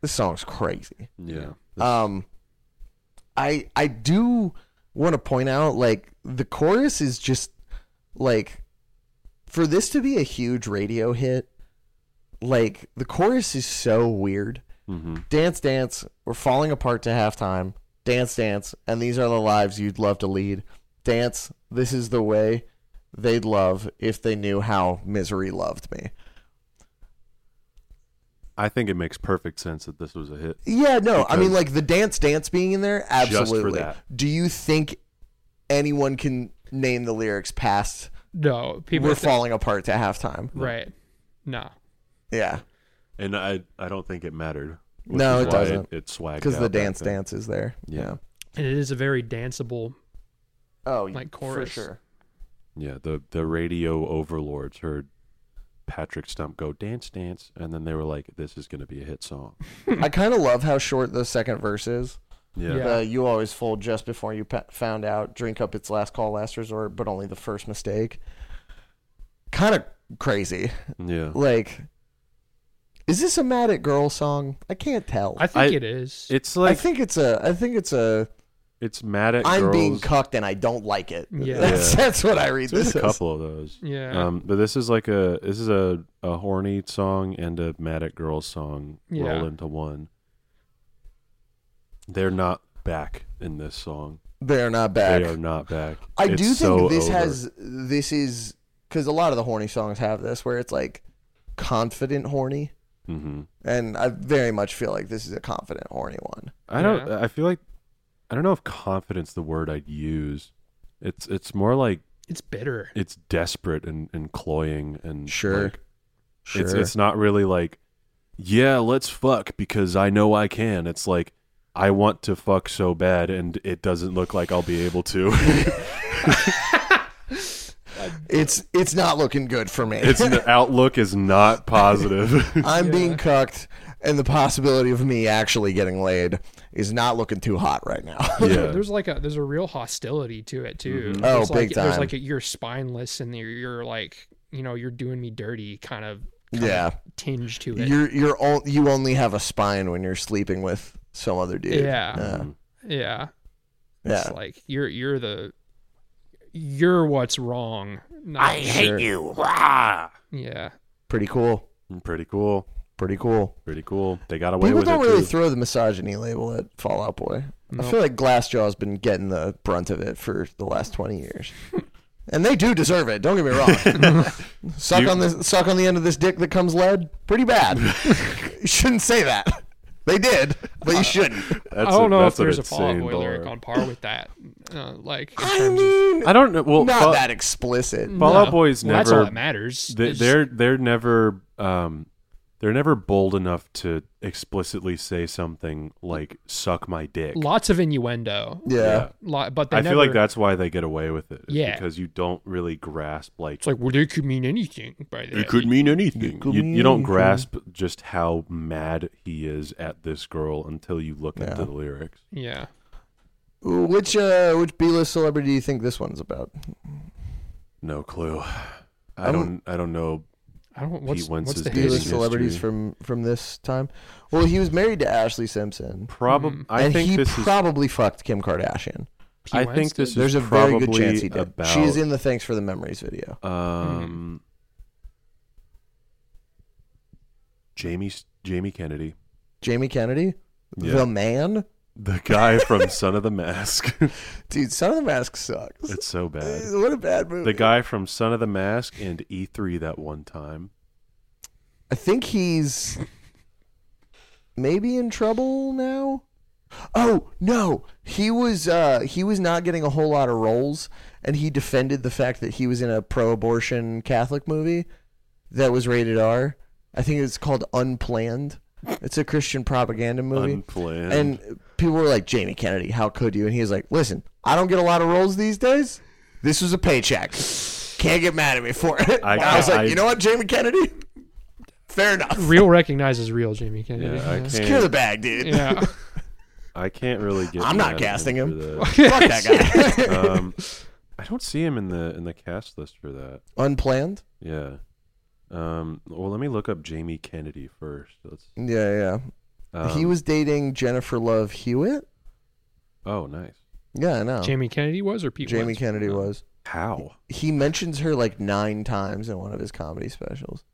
this song's crazy. Yeah. Um, I I do want to point out like the chorus is just like for this to be a huge radio hit, like the chorus is so weird. Mm-hmm. Dance, dance, we're falling apart to halftime. Dance, dance, and these are the lives you'd love to lead. Dance, this is the way they'd love if they knew how misery loved me. I think it makes perfect sense that this was a hit. Yeah, no, I mean Because- like the dance dance being in there, for absolutely. that. Do you think anyone can name the lyrics past No, people We're th- falling apart to halftime. right. No, Yeah, and I I don't think it mattered. which No, is it why doesn't. It, it swagged because the out back dance then. dance is there. Yeah. and it is a very danceable. Oh, Like for chorus. sure. Yeah, the the radio overlords heard Patrick Stump go dance dance, and then they were like, "This is going to be a hit song." I kind of love how short the second verse is. Yeah, Yeah. The you always fold just before you pe- found out. Drink up its last call, last resort, but only the first mistake. Kind of crazy. yeah. Like, is this a mad at girl song? I can't tell. I think I- it is. It's I like think it's a. I think it's a. it's mad at I'm girls. being cucked and I don't like it. Yeah. That's, Yeah. that's what I read There's this a as. couple of those. yeah, Um, but this is like a this is a, a horny song and a mad at girls song Yeah. roll into one. They're not back in this song. They're not back. They are not back. I It's do think so this over. has. This is. Because a lot of the horny songs have this where it's like confident horny. Mhm. And I very much feel like this is a confident horny one. I don't. I feel like I don't know if confidence the word I'd use. It's it's more like it's bitter. it's desperate and, and cloying and Sure. like, It's it's not really like yeah let's fuck because I know I can. It's like I want to fuck so bad and it doesn't look like I'll be able to. It's it's not looking good for me. it's the outlook is not positive. I'm being cucked, and the possibility of me actually getting laid is not looking too hot right now. There's- yeah. Mm-hmm. There's like a there's a real hostility to it too. Oh, It's like, big There's time. like a, you're spineless and you're, you're like you know you're doing me dirty kind of kind yeah, of tinge to it. you're you're on, you only have a spine when you're sleeping with some other dude. Yeah. yeah, yeah, yeah. it's like you're you're the you're what's wrong. I hate you. Yeah, pretty cool. Mm, Pretty cool. Pretty cool. Pretty cool. They got away People with it don't really too. throw the misogyny label at Fallout Boy. I Nope. feel like Glassjaw's been getting the brunt of it for the last twenty years, and they do deserve it. Don't get me wrong. suck You- on this, suck on the end of this dick that comes lead. Pretty bad. you shouldn't say that. They did, but you shouldn't. That's I don't a- know if that's an there's a Fallout insane Boy lyric bar. on par with that. Uh, like in I terms of- mean, I don't know. Well, not Fall- that explicit. Fall Out No. Boy's Well, That's all never- that matters. they, It's- they're they're never um they're never bold enough to explicitly say something like "suck my dick." lots of innuendo. Yeah. Lot, but they I never, feel like that's why they get away with it. is Yeah. because you don't really grasp like, It's like well, they could mean anything by that. it could mean anything. It could you, mean you don't anything. grasp just how mad he is at this girl until you look Yeah. into the lyrics. Yeah. Ooh, Which uh, which B-list celebrity do you think this one's about? No clue. I I'm- don't. I don't know. I don't. What's, Wentz what's is the B-list dating history. history? celebrities from from this time. Well, he was married to Ashley Simpson, Probably. Mm-hmm. I and think he this is. probably fucked Kim Kardashian. P. I Wentz think did? this There's is a very good probably chance he did. About, She's in the "Thanks for the Memories" video. Mm-hmm. Um, Jamie Jamie Kennedy, Jamie Kennedy, Yeah. the man, the guy from Son of the Mask. dude. Son of the Mask sucks. it's so bad. What a bad movie. The guy from Son of the Mask and E3 that one time. I think he's maybe in trouble now. Oh no, he was uh, he was not getting a whole lot of roles, and he defended the fact that he was in a pro-abortion Catholic movie that was rated R. I think it's called Unplanned. It's a Christian propaganda movie. Unplanned. And people were like, Jamie Kennedy, how could you? And he was like, listen, I don't get a lot of roles these days. This was a paycheck. Can't get mad at me for it. I- I, was like, I- you know what, Jamie Kennedy? Fair enough. real recognizes real Jamie Kennedy. yeah, I Yeah. Secure the can't. bag, dude. yeah. I can't really get. I'm not mad at casting him. for Fuck that guy. that. um, I don't see him in the in the cast list for that. Unplanned? Yeah. Um, well, let me look up Jamie Kennedy first. Let's, Yeah, yeah. um, he was dating Jennifer Love Hewitt? Oh, nice. Yeah, I know. Jamie, Jamie Kennedy was or Pete. Wentz? Kennedy was. How? He mentions her like nine times in one of his comedy specials,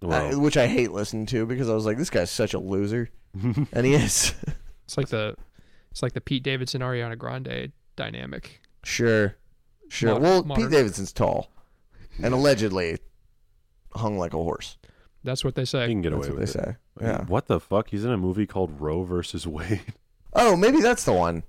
Well, I- which I hate listening to because I was like, this guy's such a loser. and he is. It's like the, it's like the Pete Davidson Ariana Grande dynamic. Sure. Sure. Mod- well, modern. Pete Davidson's tall and allegedly hung like a horse. That's what they you say. can get That's away what with they it. say. I mean, Yeah. What the fuck? He's in a movie called Roe versus Wade. Oh, maybe that's the one.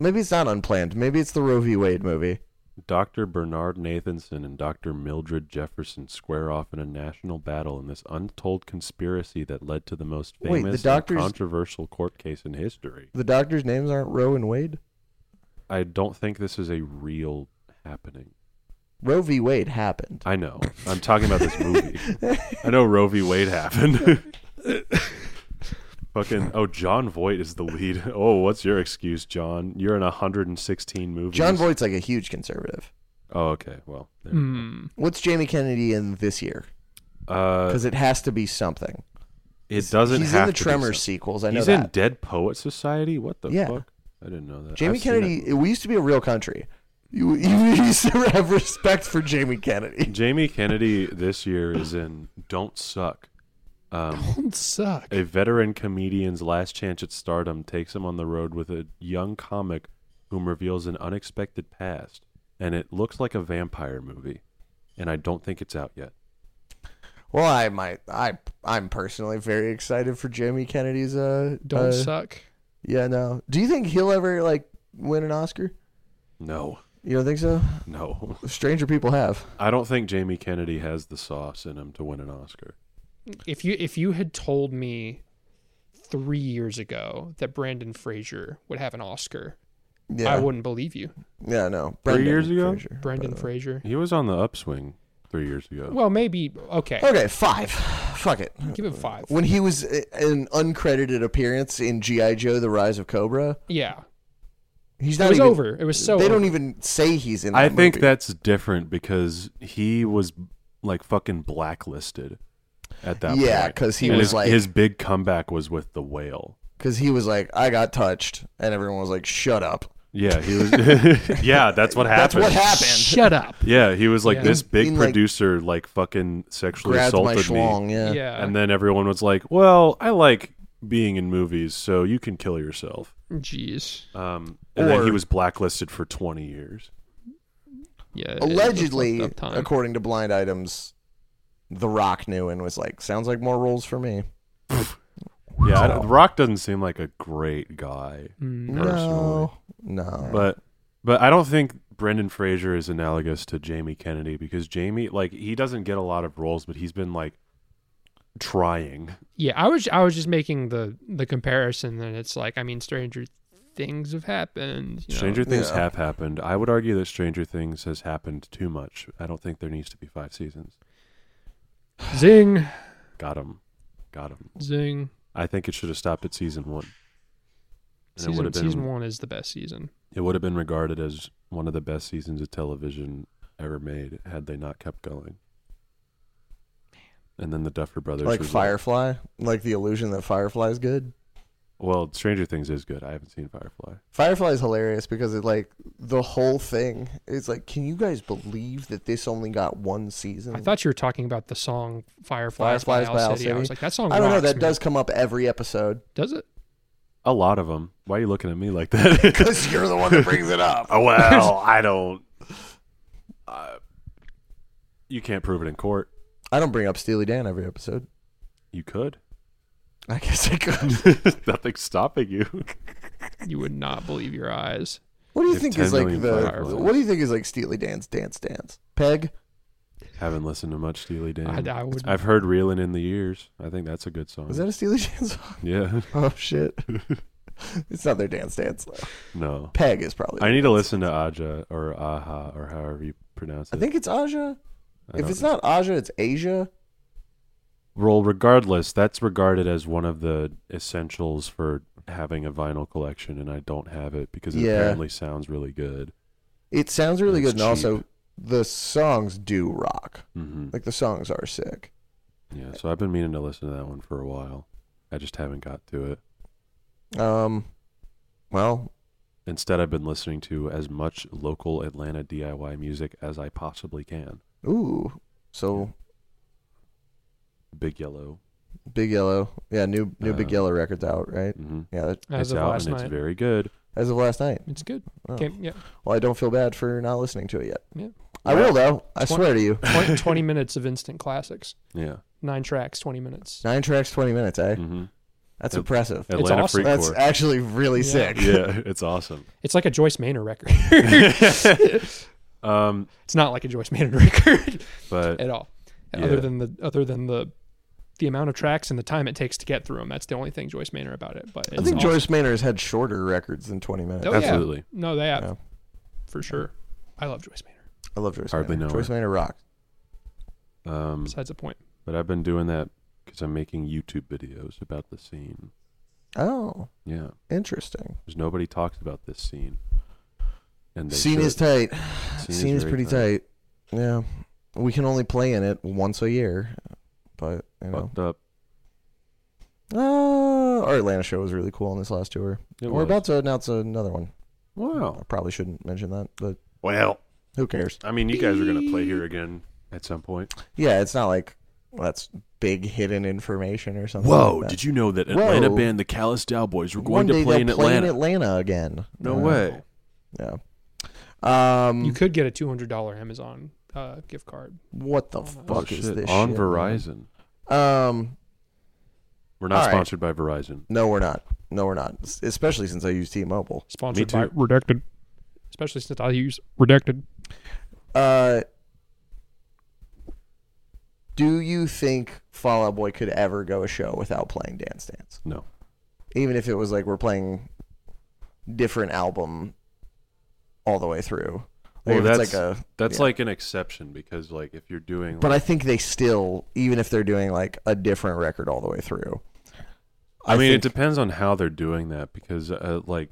Maybe it's not unplanned. Maybe it's the Roe v. Wade movie. Dr. Bernard Nathanson and Dr. Mildred Jefferson square off in a national battle in this untold conspiracy that led to the most Wait, the famous and doctors- controversial court case in history. The doctors' names aren't Roe and Wade. I don't think this is a real happening. Roe v. Wade happened. I know. I'm talking about this movie. I know Roe v. Wade happened. Fucking oh, John Voight is the lead. Oh, what's your excuse, John? You're in 116 movies. John Voight's like a huge conservative. Oh, okay. Well, there. Mm. What's Jamie Kennedy in this year? uh, Because it has to be something. it doesn't He's have in the to be Tremors something. sequels. I know He's that. in Dead Poet Society. What the Yeah. fuck? I didn't know that. Jamie I've seen Kennedy. We used to be a real country. You, you used to have respect for Jamie it. Kennedy. Jamie Kennedy this year is in Don't Suck. Um, Don't suck. A veteran comedian's last chance at stardom takes him on the road with a young comic whom reveals an unexpected past, and it looks like a vampire movie. And I don't think it's out yet. Well, I might. I I'm personally very excited for Jamie Kennedy's. Uh, Don't uh, suck. Yeah, no. Do you think he'll ever like win an Oscar? No, You don't think so? no. Stranger people have. I don't think Jamie Kennedy has the sauce in him to win an Oscar. If you if you had told me three years ago that Brandon Fraser would have an Oscar, Yeah. Uh, I wouldn't believe you. Yeah, no. Three years ago? Fraser, by Brendan the way. Fraser. He was on the upswing three years ago. Well, maybe okay. Uh, Okay, five. Fuck it. Give it five. When he was i- an uncredited appearance in GI Joe: The Rise of Cobra, Yeah, he's it not was even. over. It was so. they over. don't even say he's in. That I think movie. that's different because he was like fucking blacklisted at that point. Yeah, 'cause he And was his, like- his big comeback was with the whale. because he was like, "I got touched," and everyone was like, "Shut up." Yeah, he was. yeah, that's what happened. That's what happened. Shut up. Yeah, he was like Yeah. this big In, like, producer, like, fucking sexually Grabbed my assaulted me, schlong. Yeah. Yeah. and then everyone was like, "Well, I like being in movies, so you can kill yourself." Jeez. Um, and then he Or- was blacklisted for twenty years. Yeah. it is a Allegedly, fucked up time. according to Blind Items, The Rock knew and was like, "Sounds like more roles for me." Yeah, I, The Rock doesn't seem like a great guy, Mm. Personally. No, no. but but I don't think Brendan Fraser is analogous to Jamie Kennedy because Jamie, like, he doesn't get a lot of roles, but he's been like trying. Yeah, I was I was just making the the comparison that it's like I mean Stranger Things have happened. You know. Stranger Things Yeah. have happened. I would argue that Stranger Things has happened too much. I don't think there needs to be five seasons. Zing, Got him. Got him. zing. I think it should have stopped at season one. And it would Season, have been season one is the best season. it would have been regarded as one of the best seasons of television ever made had they not kept going. And then the Duffer Brothers like was Firefly, like the illusion that Firefly is good. well, Stranger Things is good. I haven't seen Firefly. Firefly is hilarious because it like the whole thing is like, can you guys believe that this only got one season? I thought you were talking about the song Fireflies, Hmm. Fireflies by, by Owl Owl City. I City. was like, that song. I don't know. rocks, That man. does come up every episode does it? A lot of them. Why are you looking at me like that? because you're the one that brings it up. Oh, well, I don't. Uh, you can't prove it in court. I don't bring up Steely Dan every episode. You could. I guess I could. Nothing's stopping you. You would not believe your eyes. What do you There's think 10 is like million the? Fireflies. What do you think is like Steely Dan's dance dance? Peg. Haven't listened to much Steely Dan. I, I would. I've heard "Reeling in the Years." I think that's a good song. Is that a Steely Dan song? yeah. Oh shit! it's not their dance dance. though. No. Peg is probably. I need to listen to Aja or Aha or however you pronounce it. I think it's Aja. I if don't it's know. not Aja, it's Asia. well, regardless, that's regarded as one of the essentials for having a vinyl collection, and I don't have it because it Yeah. apparently sounds really good. It sounds really It's good, and also the songs do rock. hmm Like the songs are sick. Yeah, so I've been meaning to listen to that one for a while. I just haven't got to it. Um, well, Instead, I've been listening to as much local Atlanta DIY music as I possibly can. ooh, so Big Yellow. Big Yellow, yeah, new new Big Uh, Yellow records out, right? hmm Yeah, that- as it's of out last and night, it's very good. as of last night. it's good. Oh. Came- yeah, Well, I don't feel bad for not listening to it yet. Yeah. I will though. I Twen- swear to you, 20, 20 minutes of instant classics. Yeah. Nine tracks, twenty minutes. nine tracks, twenty minutes. Eh, hmm that's It- impressive. Atlanta awesome. Freak That's Corps. actually really Yeah. sick. yeah, it's awesome. It's like a Joyce Maynor record. Um, It's not like a Joyce Maynard record but at all. Yeah. Other than the other than the the amount of tracks and the time it takes to get through them. That's the only thing Joyce Maynard about it. But I it's think awesome. Joyce Maynard's had shorter records than 20 minutes. Oh, yeah. absolutely. No, they have Yeah. for sure. I love Joyce Maynard. I love Joyce Hardly Maynard. know her. Joyce Maynard rocks. Um, Besides the point. but I've been doing that because I'm making YouTube videos about the scene. Oh, Yeah, interesting. because nobody talks about this scene. And they Scene should. is tight. Scene Scene is very pretty tight. Yeah. We can only play in it once a year. But, you know. Fucked up. Uh, our Atlanta show was really cool on this last tour. It We're was. Oh. about to announce another one. I Wow. probably shouldn't mention that, but Well, who cares? I mean, you guys are gonna play here again at some point. Yeah, it's not like well, that's big hidden information or something. Whoa! like that. Did you know that Whoa. Atlanta band the Callous Cowboys were One going day to play they'll in play Atlanta? in Atlanta again? No Uh, way! Yeah. Um, You could get a two hundred dollar Amazon uh, gift card. what the Oh, fuck Oh, is shit. this on shit, man? Verizon? Um, We're not All right. sponsored by Verizon. no, we're not. No, we're not. S- Especially since I use T-Mobile. Sponsored too. by Redacted. Especially since I use Redacted. Uh, do you think Fall Out Boy could ever go a show without playing Dance Dance? No. Even if it was like we're playing different album all the way through. Like Well, if that's it's like a that's yeah. like an exception because like if you're doing But I think they still, even if they're doing like a different record all the way through. I, mean, think- it depends on how they're doing that because, uh, like,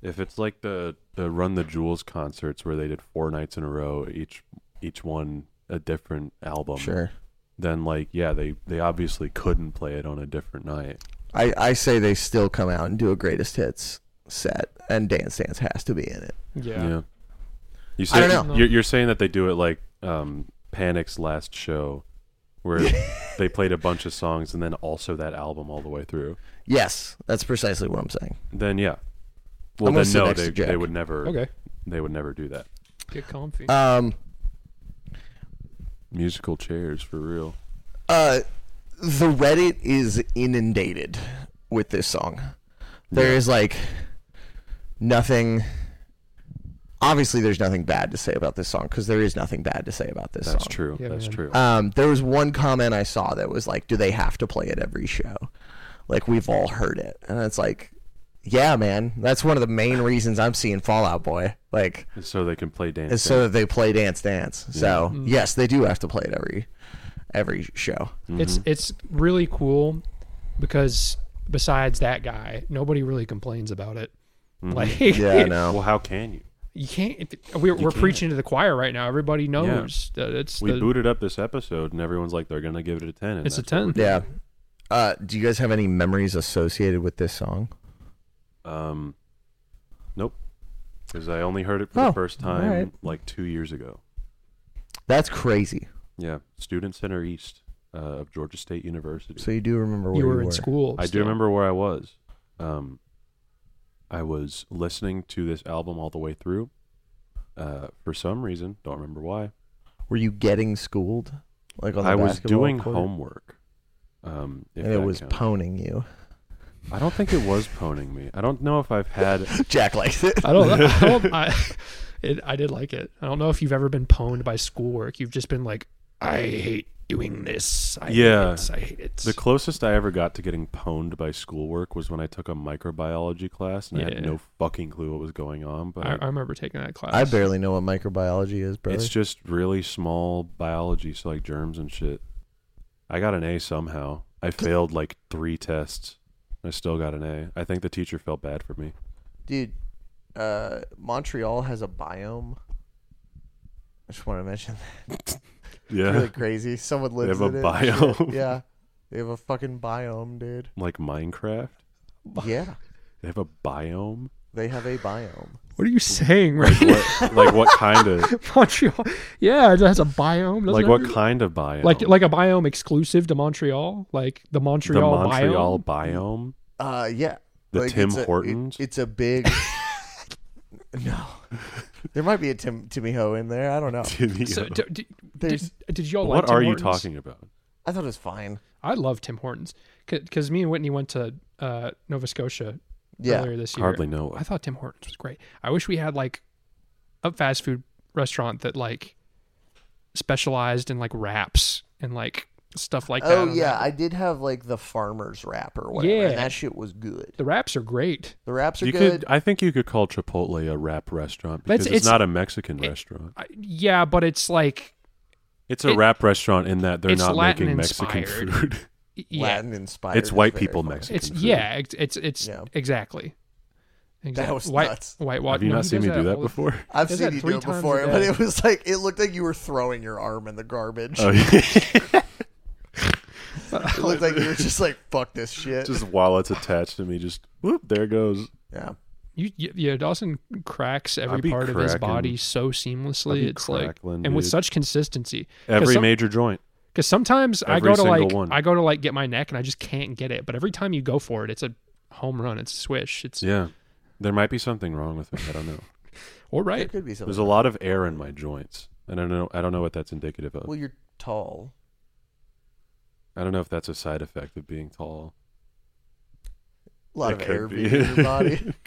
if it's like the the Run the Jewels concerts where they did four nights in a row, each each one a different album, Sure. then like, yeah, they they obviously couldn't play it on a different night. I, I say they still come out and do a greatest hits set, and Dance Dance has to be in it. Yeah. you I say don't know. You're, you're saying that they do it like um, Panic's last show, where they played a bunch of songs and then also that album all the way through. Yes, that's precisely what I'm saying. Then yeah, I'm well gonna then sit no, next they, to Jack. they would never. Okay. They would never do that. Get comfy. Um, Musical chairs for real. uh, the Reddit is inundated with this song. There is Yeah. like nothing. Obviously, there's nothing bad to say about this song because there is nothing bad to say about this That's song. true. Yeah, That's man. true. Um, there was one comment I saw that was like, "Do they have to play it every show? Like we've all heard it." And it's like, "Yeah, man, that's one of the main reasons I'm seeing Fallout Boy. Like, And so they can play dance. is so that they play Dance Dance. So Mm-hmm. yes, they do have to play it every every show. It's Mm-hmm. it's really cool because besides that guy, nobody really complains about it. Like Yeah, I dance. know. Mm-hmm. well, how can you? you can't. if- We're, we're can't. preaching to the choir right now. Everybody knows that it's We the, booted up this episode, and everyone's like, they're gonna give it a ten. and it's a that's ten. Yeah. Uh, do you guys have any memories associated with this song? what- Um, nope. Because I only heard it for Oh, the first time alright. like two years ago. That's crazy. Yeah, Student Center East uh, of Georgia State University. So oh, you do remember where You were in school. I do still. remember where I was. Um, I was listening to this album all the way through. Uh, for some reason, don't remember why. Were you getting schooled? Like on the I was basketball doing court? homework. Um, if and it that was counts. poning you. I don't think it was poning me. I don't know if I've had. Jack likes it. I don't. I, don't I, it, I did like it. I don't know if you've ever been pwned by schoolwork. You've just been like, I hate doing this. I Yeah. Hate it. I hate it. The closest I ever got to getting pwned by schoolwork was when I took a microbiology class and I Yeah. had no fucking clue what was going on. But I, I remember taking that class. I barely know what microbiology is, brother. it's just really small biology, so like germs and shit. I got an A somehow. I failed like three tests. I still got an A. I think the teacher felt bad for me. Dude, uh, Montreal has a biome. I just want to mention that. Yeah, Really crazy. Someone lives have a in it and shit. biome. Yeah. They have a fucking biome, dude. like Minecraft. Yeah. They have a biome. They have a biome. What are you saying, right? What, like what kind of? Montreal. Yeah, it has a biome. doesn't Like it? what kind of biome? Like like a biome exclusive to Montreal, like the the Montreal, Montreal biome. biome. Uh, yeah. The Tim it's a- it- Hortons? it's a big. no. There might be a Tim Timmy Ho in there. I don't know. So, d- d- There's- did, did y'all like what Tim are you Hortons? talking about? I thought it was fine. I love Tim Hortons because me and Whitney went to uh, Nova Scotia Yeah. earlier this year. Hardly know. I thought Tim Hortons was great. I wish we had like a fast food restaurant that like specialized in like wraps and like stuff like that. Oh I'm like, yeah, I did have like the farmer's wrap or whatever, Yeah. and that shit was good. the wraps are great. The wraps are You good. could, I think you could call Chipotle a wrap restaurant But it's- because it's, it's- not a Mexican restaurant. I, yeah, but it's like It's a it- wrap restaurant in that they're it's not Latin making Mexican inspired. food. yeah, Latin inspired. It's white is very people funny. Mexican. it's food. yeah, it's it's, it's Yeah. exactly. Exact- was white, nuts. White wa- Have you no, not he seen does me do that all the- before? I've Does seen that you three do it times a before, but day. it was like it looked like you were throwing your arm in the garbage. Oh, yeah. It looked like you were just like, "Fuck this shit." just while it's attached to me, just whoop, there goes. yeah, You, you, yeah, Dawson cracks every be part of his cracking. body so seamlessly. I'd be It's like crackling, and with dude. such consistency. Every some- major joint. Because sometimes I Every go to single like one. I go to like get my neck and I just can't get it. But every time you go for it, it's a home run. It's a swish. It's Yeah. There might be something wrong with it. I don't know. all it right. could be something. There's a lot of air in my joints. And I don't know I don't know what that's indicative of. well, you're tall. I don't know if that's a side effect of being tall. A lot It of could air be. being in your body.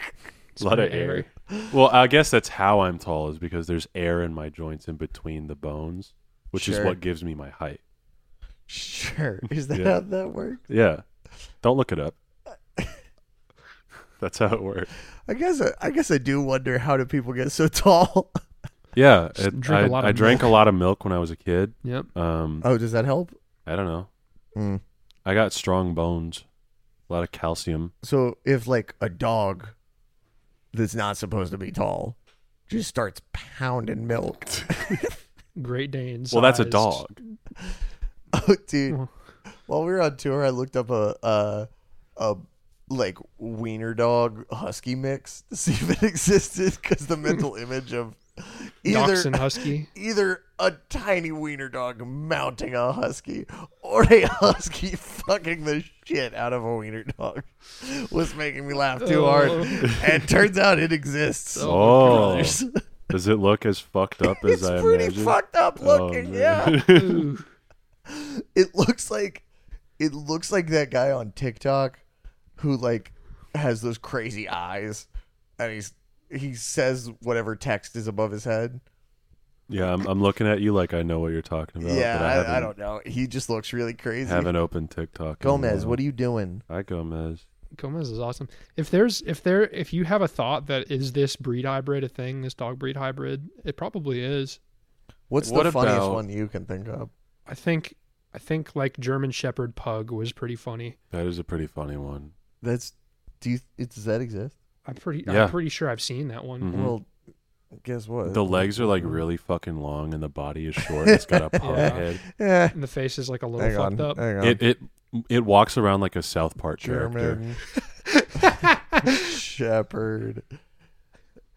It's a lot of very air. airy. Well, I guess that's how I'm tall is because there's air in my joints in between the bones, which is Sure. what gives me my height. sure, is that Yeah. how that works? Yeah. Don't look it up. that's how it works. I guess I, I guess I do wonder how do people get so tall? Yeah, Just it- drink a I- lot of I drank a lot of milk when I was a kid. Yep. Um, oh, does that help? I don't know. Mm. I got strong bones, a lot of calcium. So if like a dog that's not supposed to be tall just starts pounding milk. Great Danes. Well, that's a dog. oh dude. Well. While we were on tour I looked up a a, a like wiener dog husky mix to see if it existed because the mental image of Dachshund either husky. either a tiny wiener dog mounting a husky or a husky fucking the shit out of a wiener dog was making me laugh too hard. Oh. And turns out it exists. Oh, Brothers. does it look as fucked up as it's I pretty imagine? fucked up Oh, looking. yeah, man. Ooh. it looks like it looks like that guy on TikTok who like has those crazy eyes, and he's he says whatever text is above his head. yeah, I'm, I'm looking at you like I know what you're talking about. yeah, but I, haven't, I, I don't know. He just looks really crazy. haven't Mm. opened TikTok. Gomez, what are you doing? Hi, Gomez. Gomez is awesome. If there's if there if you have a thought that is this breed hybrid a thing, this dog breed hybrid, it probably is. What's What the funniest about- one you can think of? I think I think like German Shepherd pug was pretty funny. That is a pretty funny one. That's do you? It, does that exist? I'm pretty Yeah. I'm pretty sure I've seen that one. Mhm. Well, guess what? The legs are uh, like really fucking long, and the body is short. It's got a pug Yeah. head. Eh, And the face is like a little hang on, fucked up. hang on. It it it walks around like a South Park character. German Shepherd.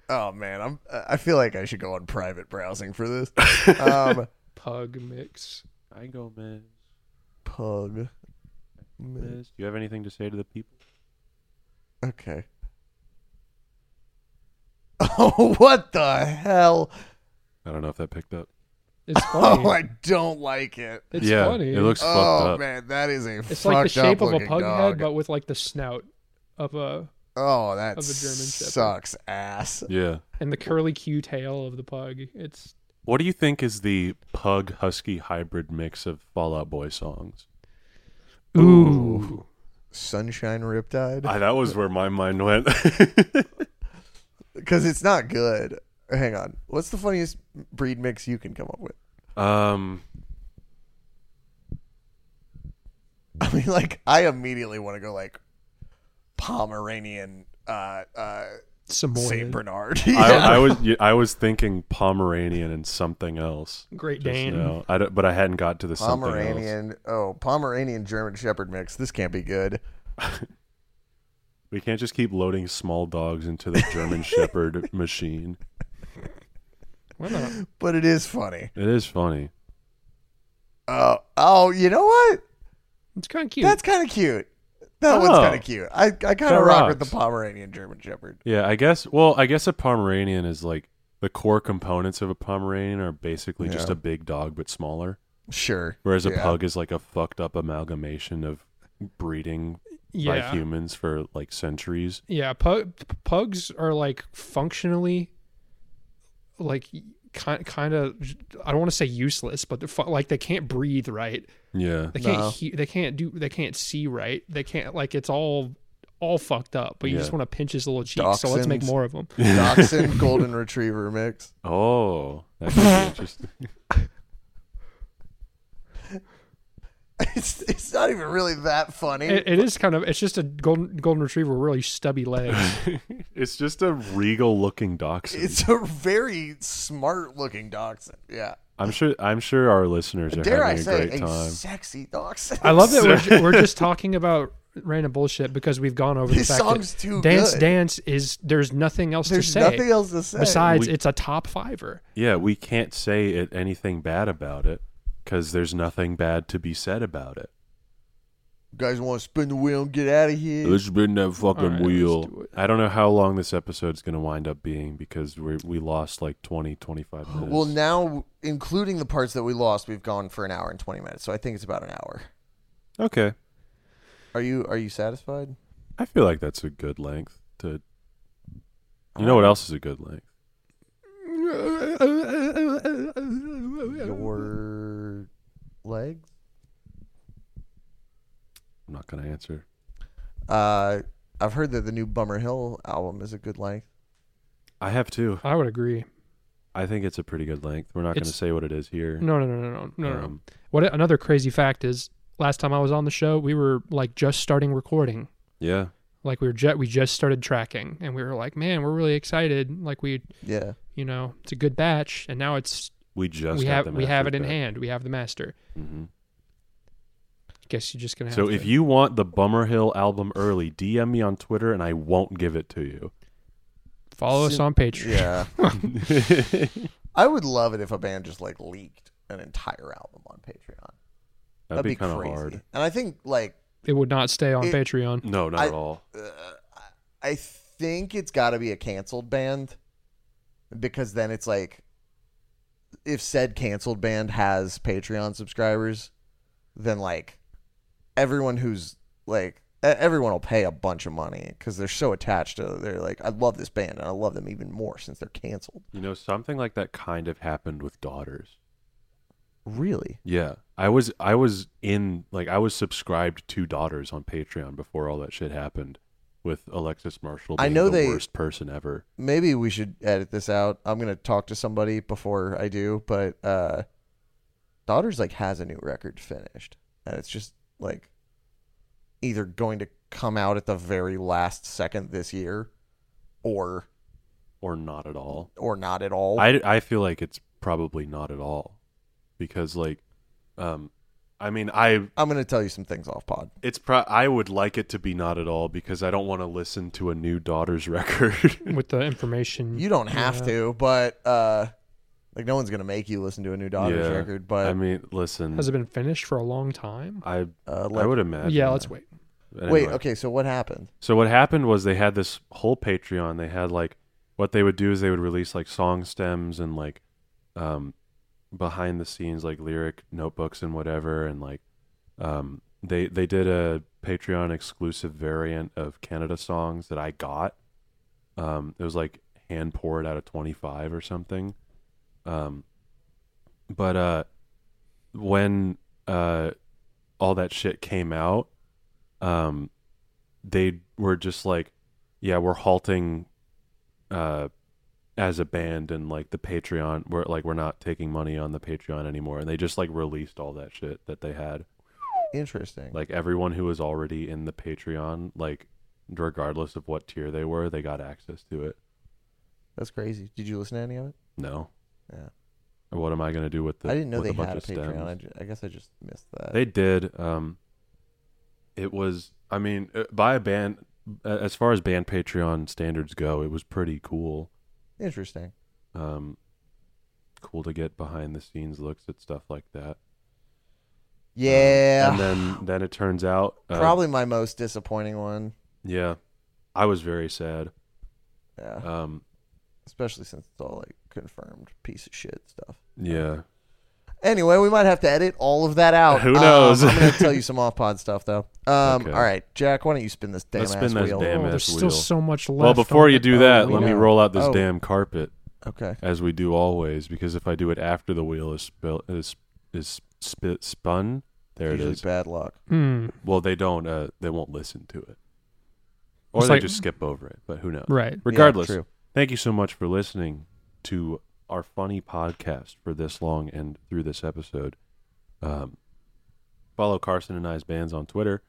Oh man, I'm. I feel like I should go on private browsing for this. Um, Pug mix. Hi, Gomez. pug. Gomez. Do you have anything to say to the people? Okay. Oh, what the hell? I don't know if that picked up. It's funny. Oh, I don't like it. It's yeah, funny. it looks fucked Oh up. man, that is a It's fucked like the shape up of a looking pug dog. head, but with like the snout of a oh, that of a German Shepherd. sucks ass. Yeah. and the curly Q tail of the pug. It's What do you think is the pug husky hybrid mix of Fallout Boy songs? ooh. Sunshine Riptide. Ah, that was where my mind went. Because it's not good. Hang on. What's the funniest breed mix you can come up with? um, I mean, like, I immediately want to go like Pomeranian, uh, uh, Samoyed. Saint Bernard. I, I was yeah, I was thinking Pomeranian and something else. Great just Dane. now. I don't- but I hadn't got to the something else. Pomeranian. Oh, Pomeranian German Shepherd mix. This can't be good. We can't just keep loading small dogs into the German Shepherd machine. Why not? But it is funny. It is funny. Uh, oh, you know what? It's kind of cute. That's kind of cute. That one's Oh. kind of cute. I, I kind That of rock with rocks. the Pomeranian German Shepherd. Yeah, I guess. Well, I guess a Pomeranian is like the core components of a Pomeranian are basically just Yeah. a big dog but smaller. Sure. Whereas a Yeah. pug is like a fucked up amalgamation of breeding by yeah. humans for like centuries. Yeah, pug, pugs are like functionally like kind kind of I don't want to say useless, but they're fu- like they can't breathe right. Yeah. They can't No. hear. They can't do. They can't see right. They can't like it's all all fucked up. But you just Yeah. want to pinch his little cheeks. So let's make Dachshunds. more of them. Dachshund golden retriever mix. Oh, that could be interesting. It's it's not even really that funny. It, it is kind of. It's just a golden golden retriever with really stubby legs. it's just a regal looking dachshund. it's a very smart looking dachshund. Yeah. I'm sure. I'm sure our listeners are Dare I having a say great a time. sexy dachshund? I love that we're, ju- we're just talking about random bullshit because we've gone over This the fact song's that too dance good. dance is there's nothing else to There's say nothing else to say. besides We- it's a top fiver. Yeah, we can't say it anything bad about it because there's nothing bad to be said about it. You guys want to spin the wheel and get out of here? Let's spin that fucking All right, let's wheel. do it. I don't know how long this episode's going to wind up being because we we lost like 20, 25 minutes. Well, now including the parts that we lost, we've gone for an hour and twenty minutes. So I think it's about an hour. okay. Are you are you satisfied? I feel like that's a good length to. You know what else is a good length? Oh, Your legs. I'm not going to answer. Uh, I've heard that the new Bummer Hill album is a good length. I have two. I would agree. I think it's a pretty good length. We're not going to It's- say what it is here. No, no, no, no, no, no, no. Um, What another crazy fact is? Last time I was on the show, we were like just starting recording. yeah. Like we were ju- we just started tracking, and we were like, man, we're really excited. Like we, Yeah. you know, it's a good batch, and now it's We just we got have the we have it masters in back. hand. We have the master. Mhm. Guess you're just gonna have So to. if you want the Bummer Hill album early, DM me on Twitter and I won't give it to you. follow us Sin- on Patreon. Yeah. I would love it if a band just like leaked an entire album on Patreon. That'd, That'd, be, kind of crazy. hard. And I think like It would not stay on It- Patreon. No, not I- at all. I think it's got to be a canceled band because then it's like if said canceled band has Patreon subscribers, then like everyone who's like e- everyone will pay a bunch of money because they're so attached to they're like I love this band and I love them even more since they're canceled. You know, something like that kind of happened with daughters. Really? Yeah. I was I was in like I was subscribed to daughters on Patreon before all that shit happened with Alexis Marshall I being know the they- worst person ever. Maybe we should edit this out. I'm gonna talk to somebody before I do, but uh, Daughters like has a new record finished, and it's just like either going to come out at the very last second this year, or Or not at all. or not at all. I, I feel like it's probably not at all. Because like um I mean I I'm gonna tell you some things off pod. it's pro- I would like it to be not at all because I don't want to listen to a new daughter's record. With the information, You don't have Mm, Yeah. to, but uh, like no one's gonna make you listen to a new Daughters Yeah. record. But I mean, listen, Has it been finished for a long time? I uh, I let- would imagine. yeah, let's wait. Anyway. wait. Okay, so what happened? So what happened was they had this whole Patreon. They had like what they would do is they would release like song stems and like um behind the scenes like lyric notebooks and whatever and like um they they did a Patreon exclusive variant of Canada songs that I got. Um it was like hand poured out of 25 or something. Um but uh when uh all that shit came out um they were just like, yeah, we're halting uh, as a band and like the Patreon, we're like we're not taking money on the Patreon anymore, and they just like released all that shit that they had. Interesting. Like everyone who was already in the Patreon, like regardless of what tier they were, they got access to it. That's crazy. Did you listen to any of it? No, Yeah. what am I gonna do with the? I didn't know with they a bunch had a of Patreon. uh, stems? I, ju- I guess I just missed that. They did. Um, it was, I mean, uh, by a band, a- as far as band Patreon standards go, it was pretty cool. Interesting. um, cool to get behind the scenes looks at stuff like that. Um, Yeah. And then then it turns out uh, Probably my most disappointing one. yeah, I was very sad. Yeah. Um, Especially since it's all like confirmed piece of shit stuff. yeah, Anyway, we might have to edit all of that out. Who Um, knows? I'm going to tell you some off pod stuff, though. Um, Okay. All right, Jack, why don't you spin this damn Let's ass spin this wheel? damn oh, ass there's still wheel. so much left. well, before on you the- do oh, that, we let me know. roll out this Oh. damn carpet. Okay. as we do always, because if I do it after the wheel is spil- is is sp- spun, there it Usually is. bad luck. Hmm. Well, they don't. Uh, they won't listen to it, or It's they like- just skip over it. But who knows? Right. Yeah, Regardless, true. thank you so much for listening to our funny podcast for this long and through this episode. Um, follow Carson and I's bands on Twitter.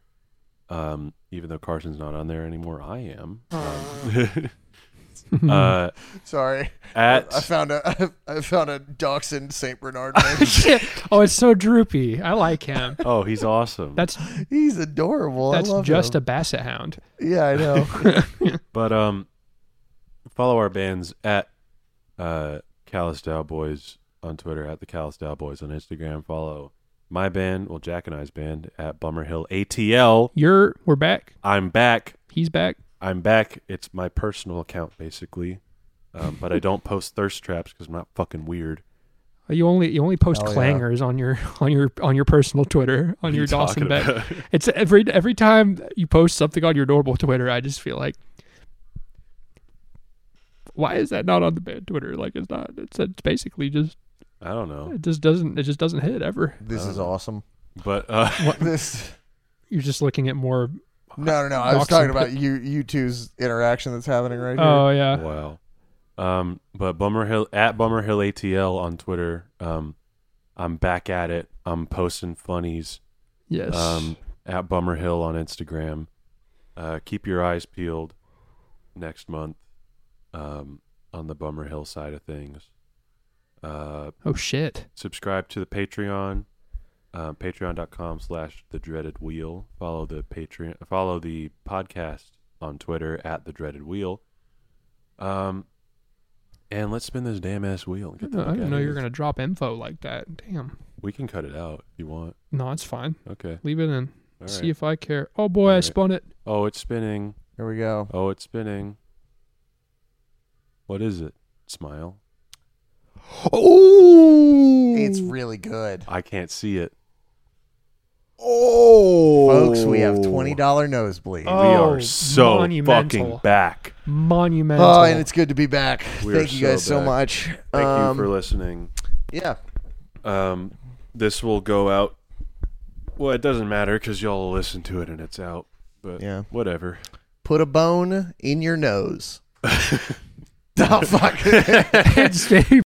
Um, even though Carson's not on there anymore, I am. Um, uh, Sorry. at I found a I found a dachshund Saint Bernard. Man. oh, it's so droopy. I like him. oh, he's awesome. That's He's adorable. that's I love just him. a basset hound. a yeah. I know. But um, follow our bands at uh, Callous Dow Boys on Twitter, at the Callous Dow Boys on Instagram. Follow my band, well, Jack and I's band at Bummer Hill ATL. You're we're back. I'm back. He's back. I'm back. It's my personal account basically, um, but I don't post thirst traps because I'm not fucking weird. You only you only post Hell yeah. clangers on your on your on your personal Twitter on What are your you talking Dawson Beck. about? It's every every time you post something on your normal Twitter, I just feel like, why is that not on the band Twitter? Like it's not. It's, it's basically just I don't know, it just doesn't it just doesn't hit ever. This Uh, is awesome. but uh, This You're just looking at more. no no no. I was talking Dachshund about you you two's interaction that's happening right here. Oh yeah. wow. Um, but Bummer Hill at Bummer Hill ATL on Twitter. Um, I'm back at it. I'm posting funnies. Yes. um, at Bummer Hill on Instagram. Uh, keep your eyes peeled next month um, on the Bummer Hill side of things. Uh, oh shit. subscribe to the Patreon, uh, patreon.com slash the dreaded wheel. Follow the Patreon, follow the podcast on Twitter at the dreaded wheel. Um, and let's spin this damn ass wheel. and I get the fuck didn't outta know you here. were gonna drop info like that. Damn. We can cut it out if you want. No, it's fine. Okay. Leave it in. All See right. if I care. Oh boy, I Alright. spun it. Oh, it's spinning. Here we go. Oh, it's spinning. What is it? Smile. Oh. It's really good. I can't see it. Oh, folks, we have twenty dollar nosebleed. Oh, we are so monumental. fucking back. monumental. Oh, and it's good to be back. We are Thank you so guys so back. much. Thank Um, you for listening. yeah. Um, this will go out. Well, it doesn't matter because y'all will listen to it and it's out. But Yeah. whatever. Put a bone in your nose. oh fuck. Penn State